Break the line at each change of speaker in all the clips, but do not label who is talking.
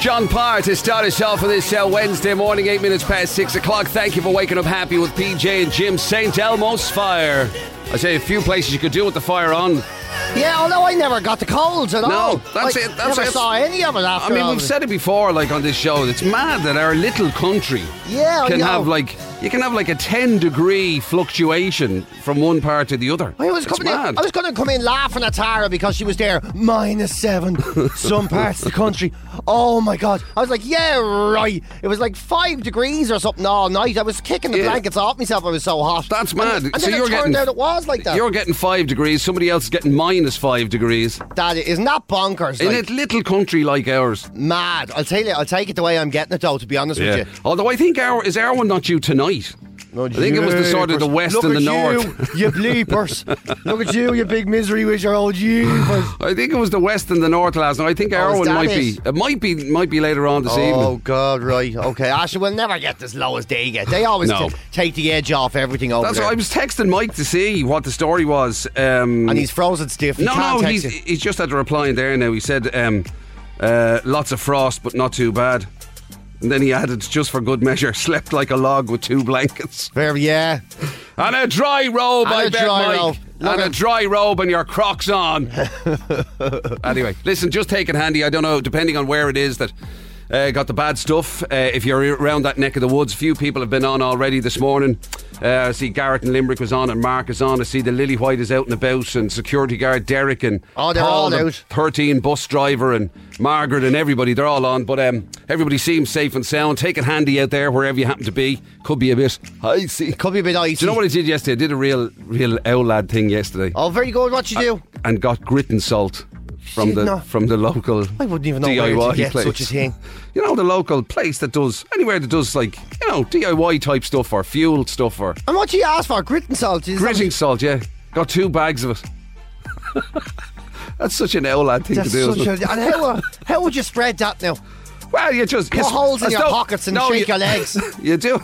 John Parr to start us off on this uh, Wednesday morning, eight minutes past six o'clock. Thank you for waking up happy with PJ and Jim. St. Elmo's fire. I say a few places you could deal with the fire on.
Yeah, although I never got the colds at
No,
all.
that's
I
it, that's
never
it.
saw any of it
I
after
mean,
all
we've
this.
said it before, like on this show. It's mad that our little country
Yeah, I
can
know.
have like you can have like a ten degree fluctuation from one part to the other.
I was
It's
coming in,
mad.
I was going to come in laughing at Tara because she was there minus seven, some parts of the country. Oh my god! I was like, yeah, right. It was like five degrees or something all night. I was kicking the
Yeah.
blankets off myself. I was so hot.
That's
And-
mad.
And,
so
then
you're
it turned
getting
out it was like that.
You're getting five degrees. Somebody else is getting minus five degrees
That is not bonkers.
in
Like,
a little country like ours.
mad. I'll tell you. I'll take it the way I'm getting it though. To be honest with you.
Although I think our is our one not due tonight. I think it was the sort of the west
Look
and the
at you,
north.
You bleepers. Look at you, you big misery with your old jeepers.
I think it was the west and the north last night. I think our
Oh, is
one
that
might
it?
be. It might be might be later on this
Oh
evening.
God! Right. Okay. Ashley will never get as low as they get. They always
No.
t- take the edge off everything over
That's
there.
what I was texting Mike to see what the story was. Um,
and he's frozen stiff. He
no,
can't
no,
text
he's
you.
he's just had a reply in there now. He said um, uh, lots of frost, but not too bad. And then he added, just for good measure, slept like a log with two blankets.
Very yeah.
And a dry robe,
And
I
a
bet,
dry
Mike.
robe. Look
And a
at-
dry robe and your Crocs on. anyway, listen, just take it handy. I don't know, depending on where it is that. Uh, got the bad stuff. Uh, if you're around that neck of the woods, few people have been on already this morning. Uh, I see Garrett and Limerick was on, and Mark is on. I see the Lily White is out and about, and security guard Derek and
Oh, they're
Paul,
all
the
out.
Thirteen bus driver and Margaret and everybody. They're all on, but um, everybody seems safe and sound. Take it handy out there wherever you happen to be. Could be a bit icy.
Could be a bit icy.
Do you know what I did yesterday? I did a real, real owl lad thing yesterday,
Oh, very good. What you do?
and got grit and salt from
Did
the
not-
from the local.
I wouldn't even know where
DIY
to get
place.
such a thing.
You know the local place that does anywhere that does like you know DIY type stuff or fuel stuff or
And what you ask for? Grit and salt. Is that-
gritting salt. Yeah, got two bags of it. That's such an owl lad thing
That's
to do.
such
isn't it?
a, and how, uh, how would you spread that now?
Well, you just
Put
you s-
holes in
I
your
don't-
pockets and
no,
shake
you-
your legs.
You do,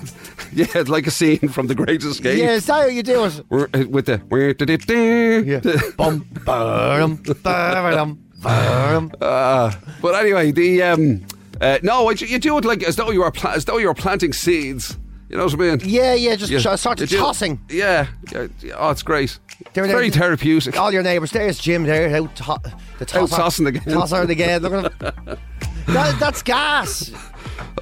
yeah, it's like a scene from The Great Escape.
yeah, is that how you do it?
We're- uh, with the where did it do?
Bum, ba-dum, ba-dum, ba-dum.
Uh, but anyway, the um, uh, no, you, you do it like as though you are pla- as though you are planting seeds. You know what I mean?
Yeah, yeah, just
You-
yeah. start
you do-
tossing.
Yeah, yeah, yeah. Oh, it's great.
There-
It's very
there-
therapeutic.
All your neighbours. There's Jim there, out to- the tosser.
tossing again.
Tosser again. Look at him. That, that's gas.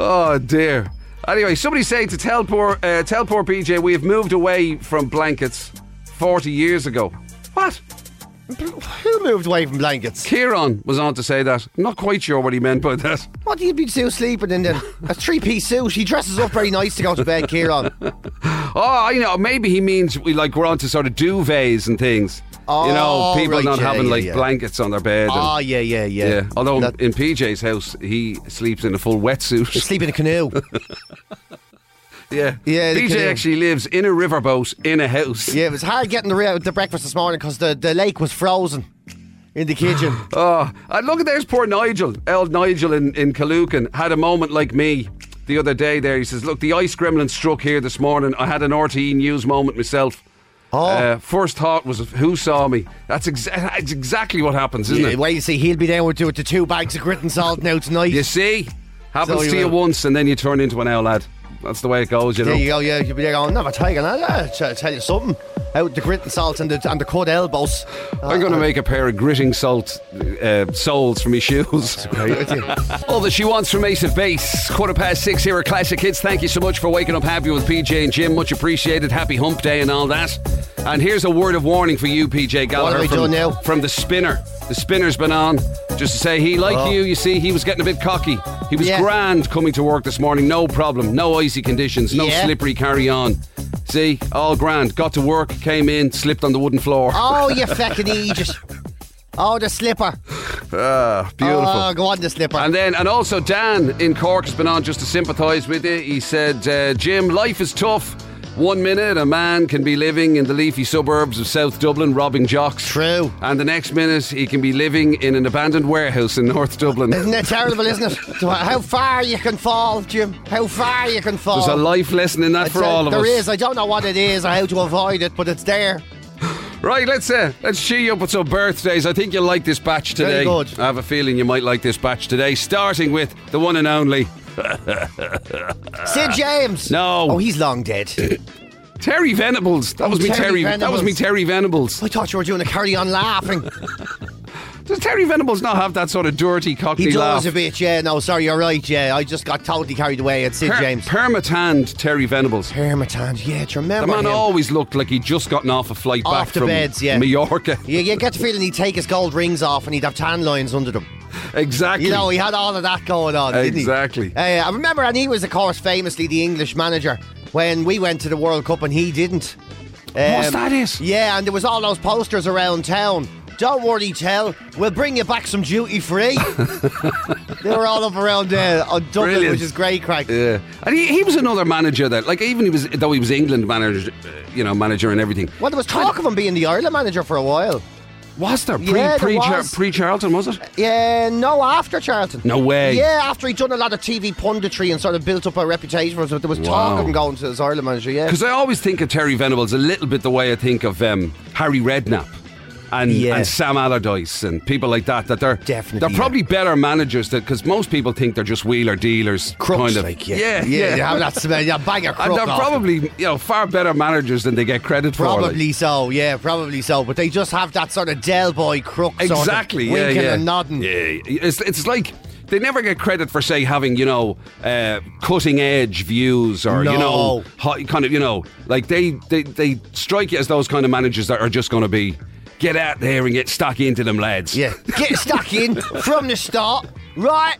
Oh dear. Anyway, somebody saying to tell poor uh, tell poor PJ we have moved away from blankets forty years ago. What?
Who moved away from blankets?
Kieran was on to say that. I'm not quite sure what he meant by that.
What do you be do sleeping in then? A three piece suit. He dresses up very nice to go to bed, Kieran.
Oh, I know. Maybe he means we like we're onto sort of duvets and things. you know,
Oh,
people
right,
not
yeah,
having
yeah,
like
yeah.
blankets on their bed. and-
Oh, yeah, yeah, yeah.
yeah. Although
Not-
in PJ's house, he sleeps in a full wetsuit.
sleep in a canoe.
yeah.
Yeah, the
PJ
canoe.
actually lives in a riverboat in a house.
yeah, it was hard getting the, re- the breakfast this morning because the, the lake was frozen in the kitchen.
Oh, and look at there's poor Nigel. Old Nigel in, in Kalukan had a moment like me the other day there. He says, Look, the ice gremlin struck here this morning. I had an RTE news moment myself.
Oh.
Uh, first thought was, Who saw me? That's, exa- that's exactly what happens, isn't
Yeah,
it?
Wait, you see, he'll be down with, with the two bags of grit and salt now tonight.
You see? Happens
So you
to you
will.
once and then you turn into an owl lad. That's the way it goes, you know.
There you go, yeah. You'll be there going, never taking that. I'll tell you something. Out with the grit and salt and the, and the cut elbows.
I'm going to make a pair of gritting salt uh, soles for my shoes. All that she wants from Ace of Base. Quarter past six here at Classic Hits. Thank you so much for waking up happy with PJ and Jim. Much appreciated. Happy hump day and all that. And here's a word of warning for you, PJ Gallagher.
have we
from,
done now?
from the spinner. The spinner's been on. Just to say, he, like you, you see, he was getting a bit cocky. He was
Oh. Yeah.
grand coming to work this morning. No problem. No icy conditions. No
Yeah.
slippery carry on. See, all grand. Got to work, came in, slipped on the wooden floor.
Oh, you fucking Egypt. Oh, the slipper.
Ah, beautiful.
Oh, go on, the slipper.
And then, and also Dan in Cork has been on just to sympathise with you. He said, uh, Jim, life is tough. One minute, a man can be living in the leafy suburbs of South Dublin robbing jocks.
True.
And the next minute, he can be living in an abandoned warehouse in North Dublin.
Isn't that terrible, isn't it? To How far you can fall, Jim. How far you can fall.
There's a life lesson in that
It's
for
a-
all of
Oh. There
us.
is. I don't know what it is or how to avoid it, but it's there.
Right, let's uh, let's cheer you up with some birthdays. I think you'll like this batch today.
Very good.
I have a feeling you might like this batch today. Starting with the one and only
Sid James.
Uh, No.
Oh, he's long dead.
Terry Venables. That was me, Terry.
Oh, Terry
That was me,
Venables.
Terry Venables.
I thought you were doing a carry on laughing.
Does Terry Venables not have that sort of dirty, cockney
He does
laugh?
a bit, yeah. No, sorry, you're right, yeah. I just got totally carried away at Sid
Per-
James.
Permatanned Terry Venables.
Hermitage, yeah,
The
do you remember
man
him?
always looked like he'd just gotten off a flight
Off
back
the
from
beds, yeah.
Mallorca.
You, you get the feeling he'd take his gold rings off and he'd have tan lines under them.
Exactly.
You know, he had all of that going on, didn't he?
Exactly.
Uh, I remember, and he was, of course, famously the English manager when we went to the World Cup and he didn't. Um,
Was that it?
Yeah, and there was all those posters around town. Don't worry, Tell. We'll bring you back some duty free. they were all up around uh, on Dublin,
Brilliant.
which is great crack.
Yeah, and he, he was another manager that, like, even he was though he was England manager, uh, you know, manager and everything.
Well, there was talk of him being the Ireland manager for a while.
Was there pre
Yeah, there
pre Char-
was.
pre Charlton? Was it?
Yeah, no, after Charlton.
No way.
Yeah, after he'd done a lot of TV punditry and sort of built up a reputation for himself. There was
Wow.
talk of him going to his Ireland manager, yeah.
Because I always think of Terry Venables a little bit the way I think of um, Harry Redknapp. And,
Yeah.
and Sam Allardyce and people like that that they're
Definitely,
they're
yeah.
probably better managers because most people think they're just wheeler dealers
Crooks,
kind of
like,
yeah
yeah. You have that smell, you bang a crook
and they're
off them.
probably you know far better managers than they get credit for like.
Probably so, yeah, probably so. But they just have that sort of Del Boy crook
Exactly.
sort
yeah,
of winking
yeah.
and nodding.
Yeah, it's it's like they never get credit for say having you know uh, cutting edge views or you know
No.
hot, kind of you know like they, they they strike you as those kind of managers that are just going to be get out there and get stuck into them lads.
Yeah. Get stuck in from the start, right?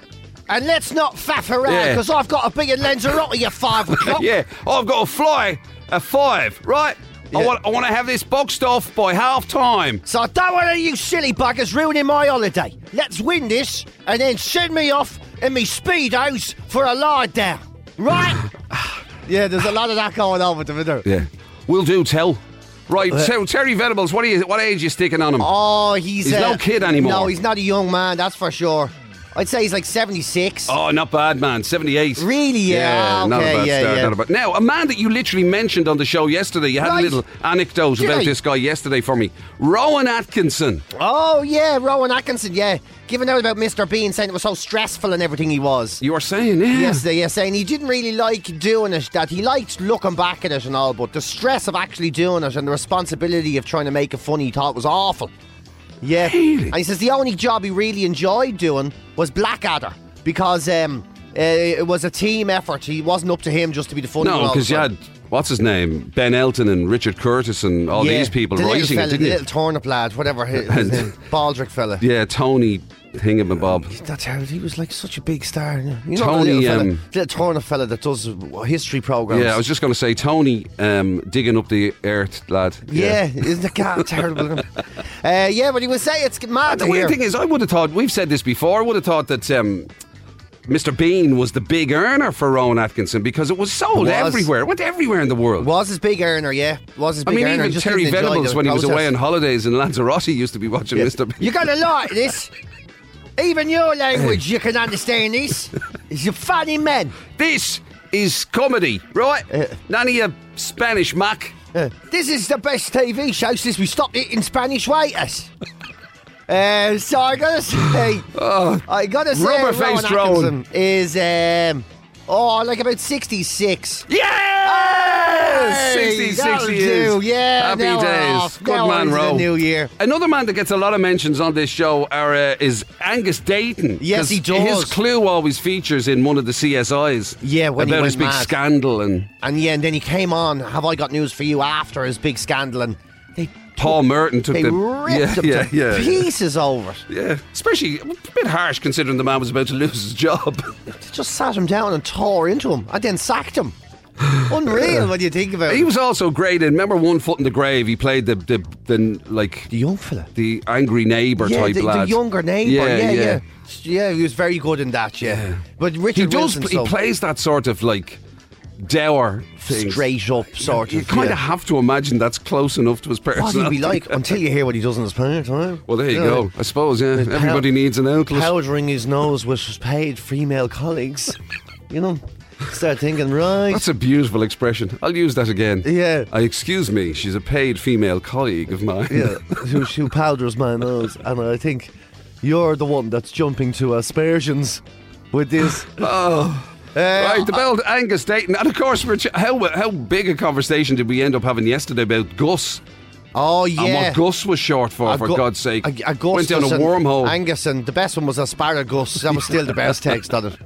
And let's not faff around
Yeah.
because I've got a big Lanzarote at five o'clock.
yeah. Oh, I've got to fly at five, right? I
Yeah.
want I want to have this boxed off by half time.
So I don't want any of you silly buggers ruining my holiday. Let's win this and then send me off in me speedos for a lie down. Right? yeah, there's a lot of that going on with the video.
Yeah, we'll do. Tell. Right, so Terry Venables, what are you? What age are you sticking on him?
Uh, Oh, he's
He's
uh,
no kid anymore.
No, he's not a young man, that's for sure. I'd say he's like 76.
Oh, not bad, man. 78.
Really? Yeah,
not a
okay,
bad
yeah,
start.
yeah.
Not a bad... Now, a man that you literally mentioned on the show yesterday, you had
Right.
a little anecdote
Did
about
I?
this guy yesterday for me. Rowan Atkinson.
Oh yeah, Rowan Atkinson. Yeah, giving out about Mr. Bean, saying it was so stressful and everything he was.
You were saying, yeah.
Yesterday, yeah, saying he didn't really like doing it. That he liked looking back at it and all, but the stress of actually doing it and the responsibility of trying to make it funny, he thought was awful. Yeah,
Really?
and he says the only job he really enjoyed doing was Blackadder because um, uh, it was a team effort. He wasn't up to him just to be the funny one.
No,
all
because
the
you
time.
had, what's his name? Ben Elton and Richard Curtis and all
Yeah,
these people
the
writing
little fella,
it, didn't
the
you?
little turnip lad, whatever his, his name, Baldrick fella.
Yeah, Tony Thingamabob.
That's how he was like such a big star. You know
Tony,
the little, fella,
um,
little Turner fella that does uh, history programs.
Yeah, I was just going to say, Tony um, digging up the earth, lad.
yeah. isn't the cat terrible? uh, yeah, but he would say it's mad
The
to
weird
hear.
thing is, I would have thought, we've said this before, I would have thought that um, Mr. Bean was the big earner for Rowan Atkinson because it was sold
It was.
everywhere. It went everywhere in the world.
was his big earner, yeah. Was his
I
big
mean,
earner.
even
just
Terry
didn't enjoy
Venables,
the
when he was
process.
away on holidays in Lanzarote, used to be watching
Yeah.
Mr. Bean.
You're gonna like this. Even your language, you can understand this. He's a funny man.
This is comedy, right? None of your Spanish muck.
Uh, this is the best TV show since we stopped eating Spanish waiters. uh, so I gotta say, I gotta say,
Oh, rubber-faced
Rowan
Rowan.
Atkinson is um, oh, like about sixty-six.
Yes!
Hey,
60, 60
that'll
years.
do. Yeah,
Happy
now we're
days.
off.
Good
Now on
man,
to the
Row.
new year.
Another man that gets a lot of mentions on this show are, uh, is Angus Dayton.
Yes,
'Cause
he does.
His clue always features in one of the CSIs.
Yeah, when he
about his
went
big
mad.
scandal and
And yeah, and then he came on. Have I got news for you? After his big scandal, and they
Paul Merton took
they
the
ripped him
yeah,
to
yeah, yeah,
pieces over it.
yeah. Especially a bit harsh considering the man was about to lose his job.
They just sat him down and tore into him, and then sacked him. Unreal when you think about
He
it.
was also great in. Remember, One Foot in the Grave. He played the the, the like
The young fella.
the angry neighbor
yeah,
type
the,
lad.
the younger neighbour. Yeah, yeah, yeah. he was very good in that. Yeah, but Richard
He does.
Wilson,
pl-
so
He plays that sort of like dour thing.
straight up sort
You
of.
kind
yeah.
of have to imagine that's close enough to his
what he'd
personality.
be like until you hear what he does in his spare time.
Well, there you
Yeah.
go. I suppose. Yeah, everybody needs an outlet.
Powdering his nose with his paid female colleagues. You know, Start thinking, right.
That's a beautiful expression. I'll use that again.
Yeah.
I excuse me, she's a paid female colleague of mine.
yeah, who, who powders my nose, and I think you're the one that's jumping to aspersions with this.
Oh.
Uh,
Right, the bell, Angus Dayton, and of course, Rich, how how big a conversation did we end up having yesterday about Gus
Oh yeah.
and what Gus was short for? for
Agu-
God's sake,
Ag- Augustus
went down a
and
wormhole.
Angus and the best one was asparagus. That was still the best text on it.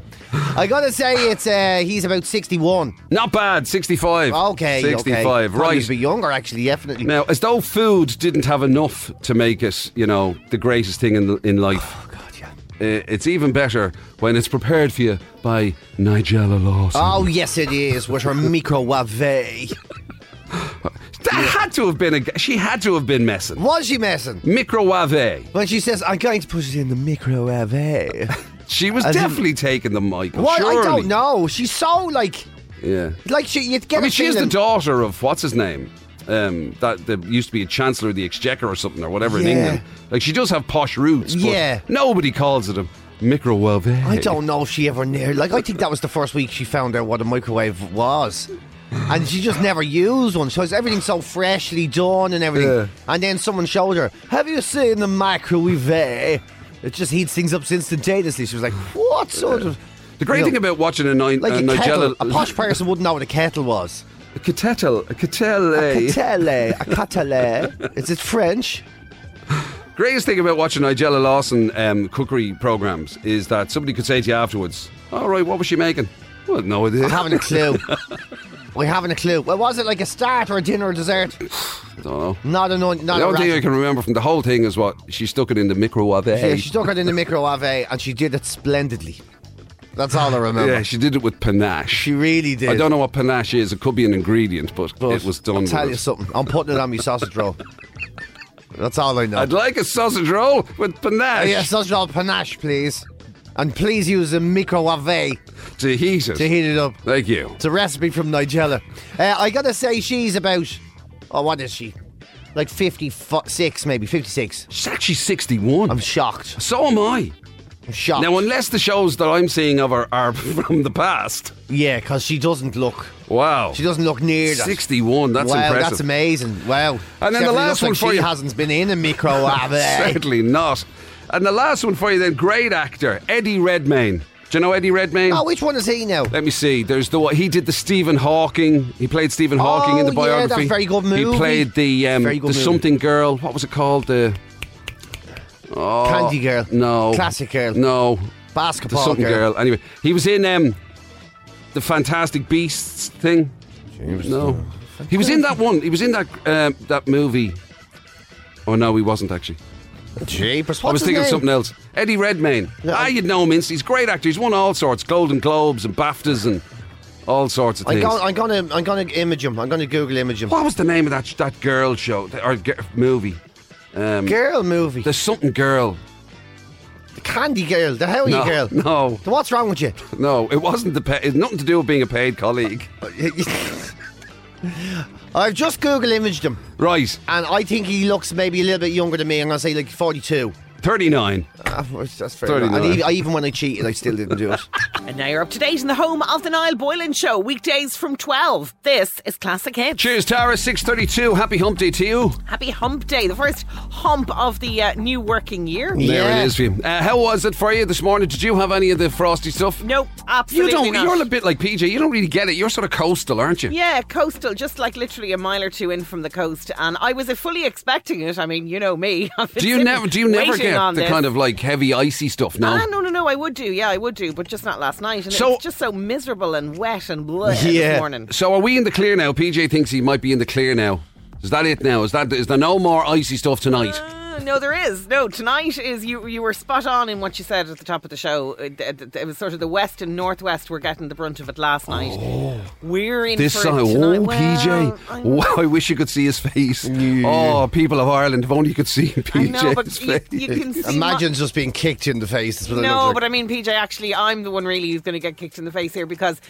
I gotta say, it's uh, he's about sixty-one.
Not bad, sixty-five.
Okay, okay.
sixty-five.
Thought
Right
he'd be younger actually, definitely.
now, as though food didn't have enough to make us, you know, the greatest thing in in life.
Oh, God, yeah.
Uh, it's even better when it's prepared for you by Nigella Lawson.
Oh yes, it is with her microwave.
that had to have been a. g- She had to have been messing.
Was she messing?
Microwave.
When she says, "I'm going to put it in the microwave,"
She was
As in-
definitely taking the mic.
what? I
surely.
don't know. She's so like,
Yeah.
like she. You'd get.
I mean,
a
she is the
feeling-
daughter of what's his name? Um, that there used to be a Chancellor of the Exchequer or something or whatever in
Yeah.
England. Like she does have posh roots. But
Yeah.
Nobody calls it a microwave.
I don't know if she ever knew. Like, I think that was the first week she found out what a microwave was. And she just never used one. So it's everything's so freshly done and everything.
Yeah.
And then someone showed her, Have you seen the microwave? It just heats things up instantaneously. She was like, What sort of.
The great
you know,
thing about watching a, nine,
Like
a
a, kettle.
Nigella
A posh person wouldn't know what a kettle was.
a catetel, a catel, eh?
Catele. A catele. Is it French?
Greatest thing about watching Nigella Lawson um, cookery programs is that somebody could say to you afterwards, "All right, what was she making?" Well, no idea.
I haven't a clue. I haven't a clue. Well, was it like a start or a dinner or dessert?
don't know.
Not an onion. Not
The
a
only thing
raspberry.
I can remember from the whole thing is what she stuck it in the microwave.
Yeah, she stuck it in the microwave eh, and she did it splendidly. That's all I remember.
Yeah, she did it with panache.
She really did.
I don't know what panache is. It could be an ingredient, but,
But
it was done.
I'll
with
tell
it.
you something. I'm putting it on my sausage roll. That's all I know.
I'd like a sausage roll with panache
yeah, sausage roll panache, please. And please use a microwave
to heat it.
to heat it up.
Thank you.
It's a recipe from Nigella. Uh, I gotta say, she's about. Oh, what is she? Like 56, maybe. 56.
She's actually 61.
I'm shocked.
so am I.
I'm shocked.
Now, unless the shows that I'm seeing of her are from the past.
yeah, because she doesn't look.
Wow.
She doesn't look near that.
61. That's
wow,
impressive.
that's amazing. Wow.
And then the
Definitely
last
looks like
one for
she
you.
hasn't been in a microwave.
Certainly not. And the last one for you then, great actor, Eddie Redmayne. Do you know Eddie Redmayne?
oh, which one is he now?
Let me see. There's the one he did the Stephen Hawking. He played Stephen Hawking in the
Oh, yeah, that's
biography.
very good movie.
He played the um,
Very
the
good movie.
something girl. What was it called? The
Candy girl.
Oh, no
Classic girl.
No, the
Basketball
something
girl.
girl. Anyway, he was in um, the Fantastic Beasts thing. No, he was in that one. He was in that um, that movie. Oh no, he wasn't actually.
Jeepers. What's
I was
his
thinking of
name?
something else. Eddie Redmayne.
Yeah,
ah,
I-
you'd know him. He's a great actor. He's won all sorts, Golden Globes and BAFTAs and all sorts of
I'm
things.
going, I'm going to, I'm going to image him. I'm going to Google image him.
What was the name of that that girl show that- or g- movie? Um,
Girl movie.
There's something girl.
The candy girl. The how are
No,
you girl?
no.
Then What's wrong with you?
No, it wasn't the. Pa- it's nothing to do with being a paid colleague.
I've just Google imaged him,
Right,
and I think he looks maybe a little bit younger than me. I'm going to say like 42.
thirty nine.
Ah, that's fair. enough.
39.
And e- I, even when I cheated, I still didn't do it.
And now you're up to date in the home of the Niall Boylan Show, weekdays from 12. This is Classic Hits.
Cheers, Tara. Six thirty two. Happy Hump Day to you.
Happy Hump Day, the first hump of the uh, new working year.
There
Yeah.
it is for you. Uh, how was it for you this morning? Did you have any of the frosty stuff?
Nope,
You
absolutely
don't.
not.
You're a bit like PJ. You don't really get it. You're sort of coastal, aren't you?
yeah, coastal, just like literally a mile or two in from the coast, and I was uh, fully expecting it. I mean, you know me. I've been
Do you
sitting
never? Do you never
waiting
get
on
the
this.
kind of like heavy icy stuff? No.
Ah, no, no, no. I would do. Yeah, I would do, but just not last night. And
So-
it was just so miserable and wet and bleh
Yeah.
this morning.
So are we in the clear now? PJ thinks he might be in the clear now. Is that it now? Is that is there no more icy stuff tonight?
Uh, no, there is no tonight. Is you you were spot on in what you said at the top of the show. It, it- it was sort of the west and northwest were getting the brunt of it last night. We're in
Oh. This
for it
side,
tonight.
oh
Well, I
PJ,
know.
wow, I wish you could see his face. Oh, people of Ireland, if only you could see
I
PJ's
know, but you,
face.
you can see. my-
Imagine just being kicked in the face. That's what it
no,
looks
but
like.
I mean, PJ, actually, I'm the one really who's going to get kicked in the face here because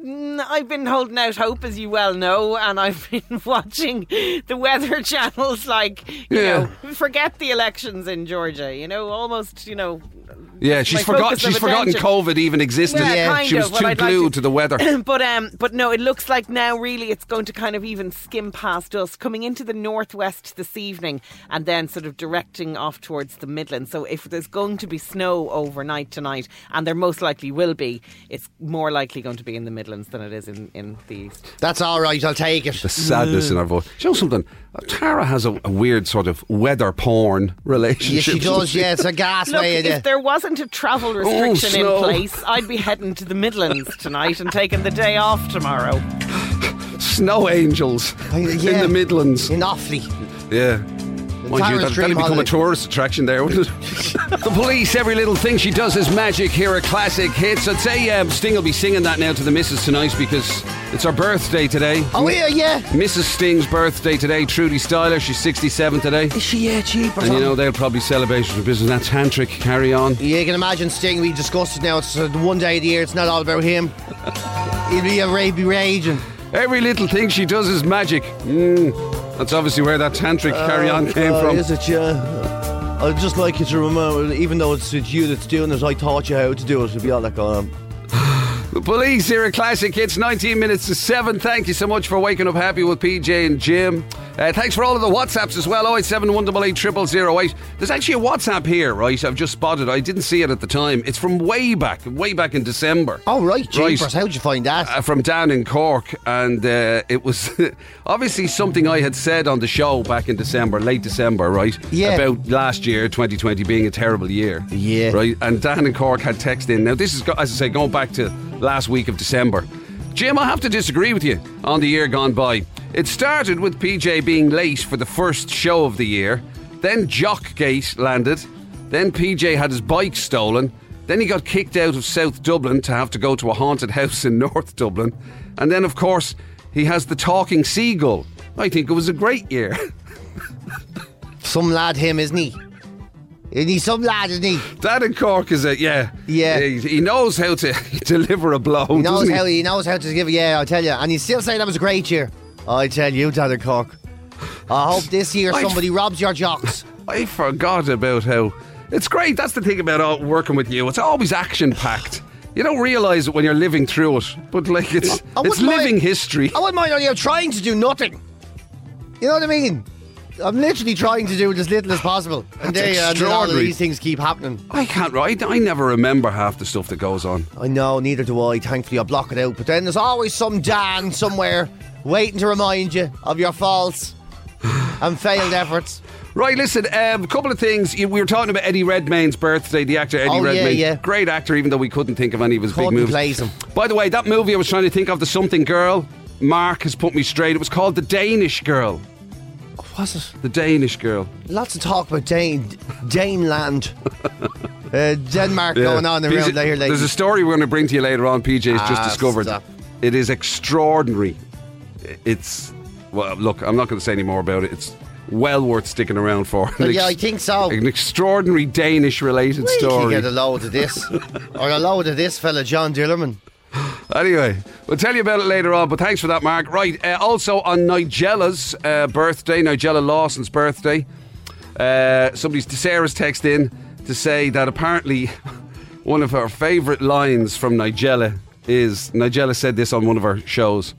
mm, I've been holding out hope, as you well know, and I've been watching the Weather Channel's, like, you
Yeah.
know, forget forget the elections in Georgia. You know, almost. You know.
Yeah,
that's
she's
my focus
forgotten.
of
She's forgotten
attention.
COVID even existed.
Well, Yeah. kind
she was
of.
too
Well, I'd like
glued
to-
to the weather.
but um, but no, it looks like now really it's going to kind of even skim past us, coming into the northwest this evening, and then sort of directing off towards the Midlands. So if there's going to be snow overnight tonight, and there most likely will be, it's more likely going to be in the Midlands than it is in, in the east.
That's all right. I'll take it.
the sadness in our voice. Do you know something? Uh, Tara has a, a weird sort of weather porn relationship.
Yes, she
doesn't
does. Yeah, it's a gas
Look,
way.
if there wasn't a travel restriction
snow.
in place, I'd be heading to the Midlands tonight and taking the day off tomorrow.
Snow angels in
Oh, yeah.
the Midlands.
in Offaly.
Yeah. Mind you,
Tara's
that,
dream
that'd become a
holiday.
tourist attraction there, wouldn't it? the police, every little thing she does is magic here at Classic Hits. I'd say um, Sting will be singing that now to the missus tonight because it's her birthday today.
Oh, yeah, yeah.
Mrs. Sting's birthday today, Trudy Styler, she's 67 today.
Is she yeah,
And
cheap or
you
something?
know, they'll probably celebrate her business. That's tantric, carry on.
Yeah, you can imagine Sting. We discussed it now. It's uh, the one day of the year. It's not all about him. He'll be a ra- be raging.
Every little thing she does is magic. Mm. That's obviously where that tantric carry on came from.
Oh, it yeah? I'd just like you to remember, even though it's, it's you that's doing it, I taught you how to do it. It'd be all like, um,
The police here at Classic Hits, 19 minutes to 7. Thank you so much for waking up happy with PJ and Jim. Uh, thanks for all of the WhatsApps as well 087 188 0008. There's actually a WhatsApp here, right? I've just spotted. I didn't see it at the time. It's from way back, way back in December.
oh, right,
Right.
jeepers, how'd you find that?
uh, from down in Cork, and uh, it was obviously something I had said on the show back in December, late December, right?
Yeah.
About last year, 2020 being a terrible year.
Yeah.
Right. And Dan in Cork had text in. Now this is, go- as I say, going back to last week of December. Jim, I have to disagree with you on the year gone by. It started with PJ being late for the first show of the year. Then Jockgate landed. Then PJ had his bike stolen. Then he got kicked out of South Dublin to have to go to a haunted house in North Dublin. And then, of course, he has the talking seagull. I think it was a great year.
Some lad, him, isn't he? Isn't he some lad, isn't he?
That in Cork is a yeah,
Yeah.
He, he knows how to deliver a blow.
He knows
doesn't he?
how he knows how to give. Yeah, I tell you, and he's still saying that was a great year. I tell you, Daddy Cock. I hope this year
I-
somebody robs your jocks.
I forgot about how it's great. That's the thing about all, working with you. It's always action packed. You don't realise it when you're living through it, but like it's
I
it's
wouldn't mind-
living history.
I wouldn't mind only I'm trying to do nothing. You know what I mean? I'm literally trying to do it as little as possible. And
That's
there you are, and then all of
extraordinary.
these things keep happening.
I can't write. I never remember half the stuff that goes on.
I know, neither do I. Thankfully, I block it out. But then there's always some Dan somewhere waiting to remind you of your faults and failed efforts.
Right, listen, um, a couple of things. You- We were talking about Eddie Redmayne's birthday, the actor Eddie
Oh, yeah,
Redmayne.
yeah.
Great actor, even though we couldn't think of any of his
Couldn't
big movies.
place him.
By the way, that movie I was trying to think of, The Something Girl, Mark has put me straight. It was called The Danish Girl.
Was it?
The Danish Girl.
Lots of talk about Dane, Daneland. uh, Denmark
PJ
going on around there
There's
lately.
a story we're going to bring to you later on. PJ's just
Ah,
discovered.
stop.
It is extraordinary. It's well, look, I'm not going to say any more about it. It's well worth sticking around for. An
yeah, I think so.
An extraordinary Danish-related
We could
story.
get a load of this. or a load of this fella, John Dillerman.
Anyway, we'll tell you about it later on, but thanks for that, Mark. Right, uh, also on Nigella's uh, birthday, Nigella Lawson's birthday, uh, somebody's Sarah's text in to say that apparently one of her favourite lines from Nigella is Nigella said this on one of her shows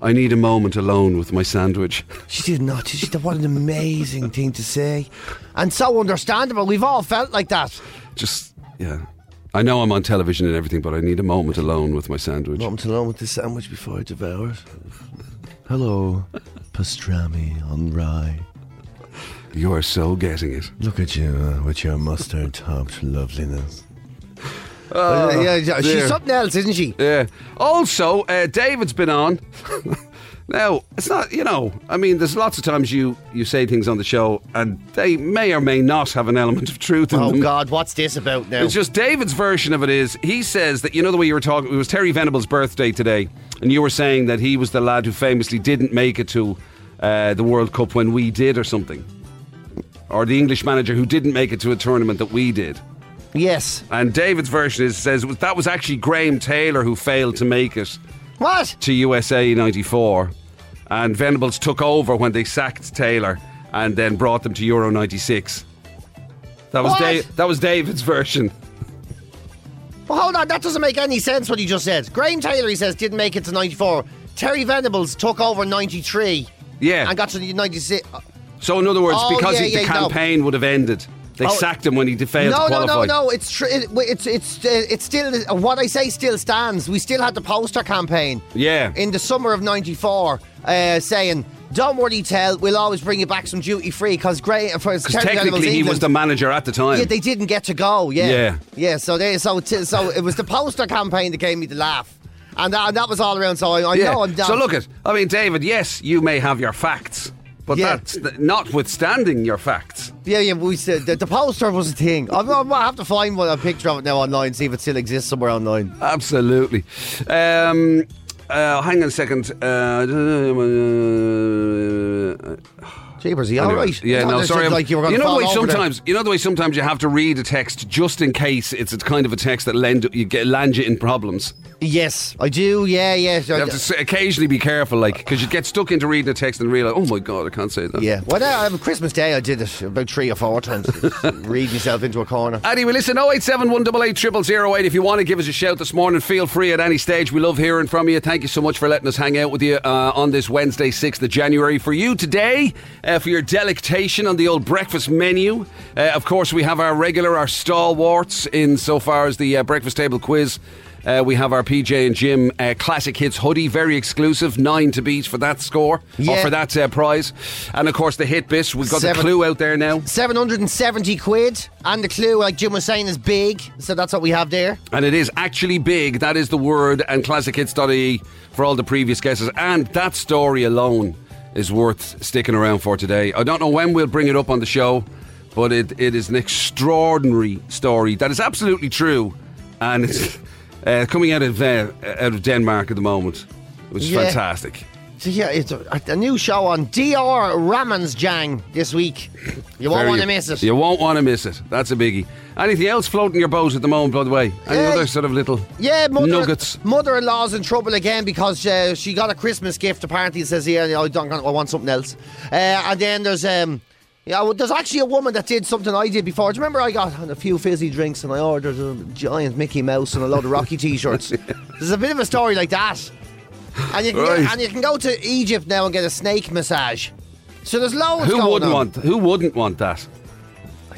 I need a moment alone with my sandwich.
She did not. She did. What an amazing thing to say. And so understandable. We've all felt like that.
Just, yeah. I know I'm on television and everything, but I need a moment alone with my sandwich.
Not until I'm with the sandwich before I devour it. Hello, pastrami on rye.
You are so getting it.
Look at you uh, with your mustard topped loveliness.
Uh, yeah, yeah,
dear.
she's something else, isn't she?
Yeah. Also, uh, David's been on. now, it's not, you know, I mean, there's lots of times you, you say things on the show and they may or may not have an element of truth in
Oh
them.
God, what's this about now?
It's just David's version of it is he says that, you know, the way you were talking, it was Terry Venable's birthday today, and you were saying that he was the lad who famously didn't make it to uh, the World Cup when we did or something. Or the English manager who didn't make it to a tournament that we did.
yes.
And David's version is says it was- that was actually Graham Taylor who failed to make it
What?
to USA 94 and Venables took over when they sacked Taylor and then brought them to Euro 96. That was
What?
Dave, that was David's version.
Well, hold on, that doesn't make any sense what he just said. Graham Taylor, he says, didn't make it to 94. Terry Venables took over 93
Yeah.
and got to the 96.
so in other words,
Oh,
because
yeah,
he- the
yeah, no.
campaign would have ended, they
Oh.
sacked him when he failed
No,
to
no,
qualify.
no, no. It's tr- it, w- it's it's uh, it's still what I say still stands. We still had the poster campaign.
Yeah.
In the summer of '94, uh, saying, "Don't worry, tell. We'll always bring you back some duty free because great for
Because technically, he was the manager at the time.
yeah, they didn't get to go. Yeah,
Yeah.
yeah. So they, so t- so it was the poster campaign that gave me the laugh, and that, and that was all around. So I, I
Yeah.
know I'm down.
So look at, I mean, David. Yes, you may have your facts, but
Yeah.
that's th- notwithstanding your facts.
Yeah, yeah, we said the, the poster was a thing. I'm, I'm, I have to find one, a picture of it now online, see if it still exists somewhere online.
Absolutely. Um, uh, hang on a second. Uh,
Jeepers, are you all
Anyway,
right?
Yeah,
I thought
no,
it
sorry.
said,
I'm-
Like you, were gonna
know the
fall
way
over there.
sometimes you know the way sometimes you have to read a text just in case it's a kind of a text that lend you get land you in problems.
Yes, I do. Yeah, yeah.
You have to s- occasionally be careful, like because you get stuck into reading a text and realize, oh my god, I can't say that.
yeah. Well, I, on Christmas Day, I did it about three or four times. read myself into a corner.
Anyway, listen, 087 188 0008. If you want to give us a shout this morning, feel free at any stage. We love hearing from you. Thank you so much for letting us hang out with you uh, on this Wednesday, 6th of January. For you today, uh, for your delectation on the old breakfast menu, uh, of course, we have our regular, our stalwarts in so far as the uh, breakfast table quiz. Uh, we have our PJ and Jim uh, Classic Hits hoodie, very exclusive, nine to beat for that score, or
Yeah.
for that uh, prize. And of course, the hit bit. We've got the
Seven.
clue out there now.
770 quid, and the clue, like Jim was saying, is big. So that's what we have there.
And it is actually big. That is the word and classichits.ie for all the previous guesses. And that story alone is worth sticking around for today. I don't know when we'll bring it up on the show, but it, it is an extraordinary story that is absolutely true. And it's uh, coming out of, uh, out of Denmark at the moment, which is
Yeah.
fantastic.
So yeah, it's a, a new show on DR Ramansjang this week. You won't
Very-
want to miss it.
You won't want to miss it. That's a biggie. Anything else floating your boat at the moment, by the way? Any
Yeah.
other sort of little
Yeah, mother,
nuggets?
Mother-in-law's in trouble again because uh, she got a Christmas gift. Apparently, it says here, I don't, I want something else. Uh, and then there's um, yeah, well, there's actually a woman that did something I did before. Do you remember I got a few fizzy drinks and I ordered a giant Mickey Mouse and a load of Rocky T-shirts. There's a bit of a story like that. And you can get-
Right.
and you can go to Egypt now and get a snake massage. So there's loads.
Who
going
wouldn't
on.
want? Who wouldn't want that?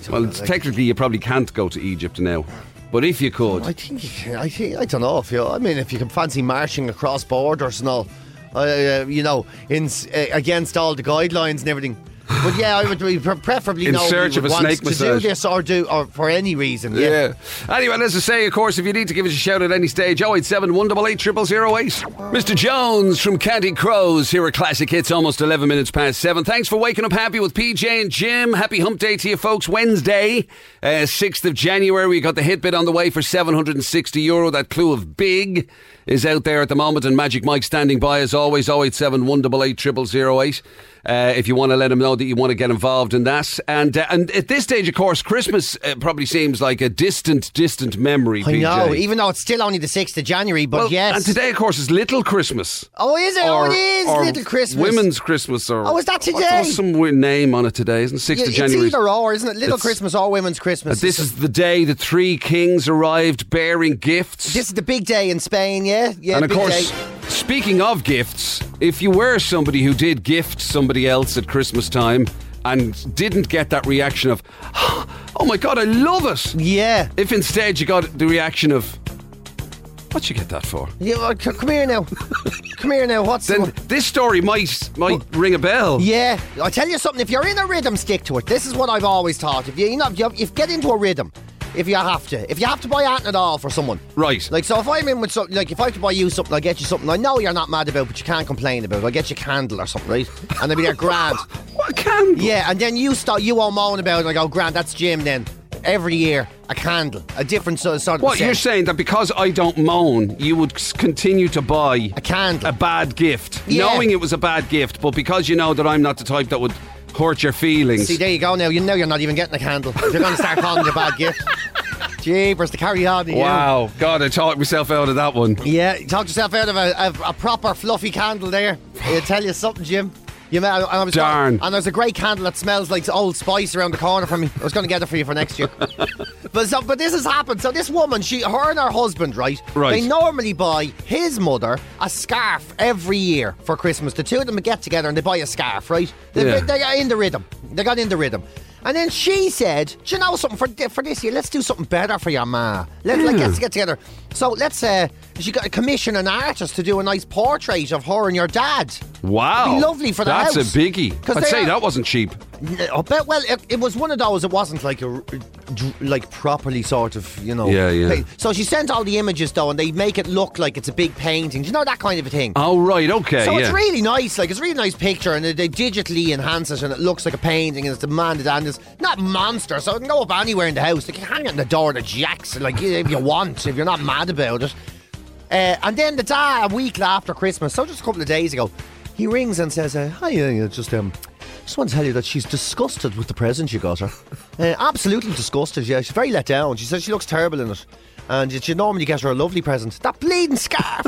Well,
know,
it's
like-
technically, you probably can't go to Egypt now, but if you
I
could,
think you can- I think I don't know if you. I mean, if you can fancy marching across borders and all, uh, uh, you know, in s- uh, against all the guidelines and everything. But yeah, I would be pre- preferably
In
know we
search of a
would want
snake
to
massage.
do this or do or for any reason. Yeah.
Anyway, as I say, of course, if you need to give us a shout at any stage, 087 188 0008. Mr. Jones from County Crows here at Classic Hits, almost 11 minutes past 7. Thanks for waking up happy with PJ and Jim. Happy hump day to you folks. Wednesday, uh, 6th of January, we got the hit bit on the way for 760 euro. That clue of big is out there at the moment, and Magic Mike standing by as always, 087 188 0008. Uh, if you want to let him know that you want to get involved in that. And uh, and at this stage, of course, Christmas uh, probably seems like a distant, distant memory.
I
PJ.
know, even though it's still only the sixth of January, but
Well,
yes.
And today, of course, is Little Christmas.
oh, is it? oh, it is
or
little Christmas.
Women's Christmas. Or,
Oh, is that
what's-
today?
What's some weird name on it today, isn't it? 6th
Yeah,
of
it's
January.
either or, isn't it? Little
It's-
Christmas or Women's
Uh,
Christmas.
This is the day the three kings arrived bearing gifts.
this is the big day in Spain. Yeah, yeah.
and of
big
course,
day.
speaking of gifts, if you were somebody who did gift somebody else at Christmas time and didn't get that reaction of, oh my God, I love it.
yeah.
If instead you got the reaction of, what'd you get that for?
Yeah, well, c- come here now. come here now. What's
Then
what-
this story might might ring a bell.
Yeah, I tell you something. If you're in a rhythm, stick to it. This is what I've always taught. If you, you know, if you, if you get into a rhythm, if you have to, if you have to buy anything at all for someone,
Right.
Like, so if I'm in with something, like if I have to buy you something, I get you something I know you're not mad about, but you can't complain about. I get you a candle or something, right? And I'll be there, grand.
What can?
Yeah, and then you start, you all moan about, it, and I go, grand. That's Jim. Then every year, a candle, a different so- sort of.
What
scent.
you're saying that because I don't moan, you would s- continue to buy
A candle.
a bad gift,
Yeah.
knowing it was a bad gift, but because you know that I'm not the type that would hurt your feelings.
See, there you go. Now you know you're not even getting a candle. You're going to start calling it a bad gift. Jeepers, to carry on. to you.
Wow, God, I talked myself out of that one.
Yeah, you talked yourself out of a, a, a proper fluffy candle there. It'll tell you something, Jim. You met, and I was
Darn.
and there's a great candle that smells like Old Spice around the corner from me. I was going to get it for you for next year, but so, but this has happened. So this woman, she, her and her husband, right?
Right.
They normally buy his mother a scarf every year for Christmas. The two of them would get together and they buy a scarf, right? They,
Yeah.
they got in the rhythm. They got in the rhythm. And then she said, "Do you know something for thi- for this year? Let's do something better for your ma. Let's like, let's get together. So let's uh, she got to commission an artist to do a nice portrait of her and your dad.
Wow.
It'd be lovely for the
That's
house.
a biggie.
'Cause
I'd
they
say
are-
that wasn't cheap.
I bet. Well, it, it was one of those. It wasn't like a, r- dr- like properly sort of, you know.
Yeah, yeah.
pa- So she sent all the images though, and they make it look like it's a big painting. Do you know that kind of a thing?
Oh, right. Okay.
so
yeah.
it's really nice. Like it's a really nice picture, and they, they digitally enhance it, and it looks like a painting, and it's demanded, and it's not monster, so it can go up anywhere in the house. They can hang it in the door of the jacks, like if you want, if you're not mad about it. Uh, and then the day a week after Christmas, so just a couple of days ago, he rings and says, uh, "Hi, uh, just um, just want to tell you that she's disgusted with the present you got her. Uh, absolutely disgusted. Yeah, she's very let down. She says she looks terrible in it, and you- you normally get her a lovely present, that bleeding scarf.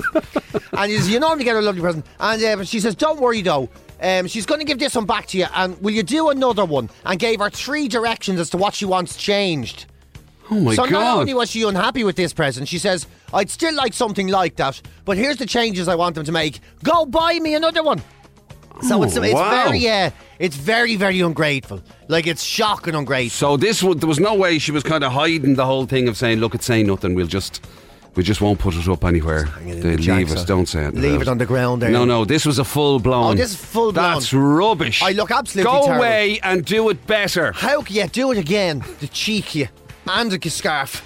and you, you normally get her a lovely present. And uh, but she says, don't worry though." Um, she's going to give this one back to you, and will you do another one? And gave her three directions as to what she wants changed
oh, my
so not
God.
only was she unhappy with this present, she says, "I'd still like something like that, but here's the changes I want them to make. Go buy me another one." So
Oh,
it's, it's
wow.
very, uh, it's very, very ungrateful. Like it's shocking ungrateful.
so this would, there was no way she was kind of hiding the whole thing of saying, look, it's saying nothing. We'll just. We just won't put it up anywhere.
hang it in
They
the
leave
jacks,
us.
uh,
Don't say it.
leave it on the ground there.
No, no. This was a full blown.
Oh, this is full-blown.
That's rubbish.
I look absolutely
Go
terrible.
away and do it better.
How can you do it again? The cheek, you, and the scarf.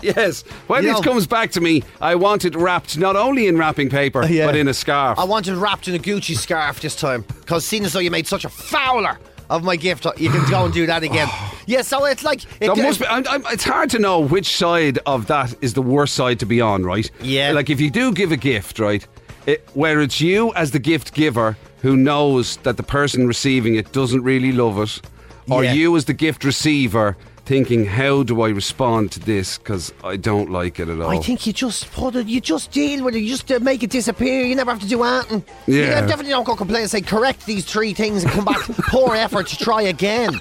Yes. When
You
this
know-
comes back to me, I want it wrapped not only in wrapping paper,
yeah.
but in a scarf.
I want it wrapped in a Gucci scarf this time, because seeing as though you made such a fowler of my gift, you can go and do that again. yeah, so it's like it,
There must be, I'm, I'm, it's hard to know which side of that is the worst side to be on, right?
Yeah.
Like if you do give a gift, right, it, where it's you as the gift giver who knows that the person receiving it doesn't really love it, or
Yeah.
you as the gift receiver thinking, how do I respond to this? Because I don't like it at all.
I think you just put it, you just deal with it, you just uh, make it disappear. You never have to do anything. You
Yeah.
definitely don't go complain and say, correct these three things and come back, poor effort to try again.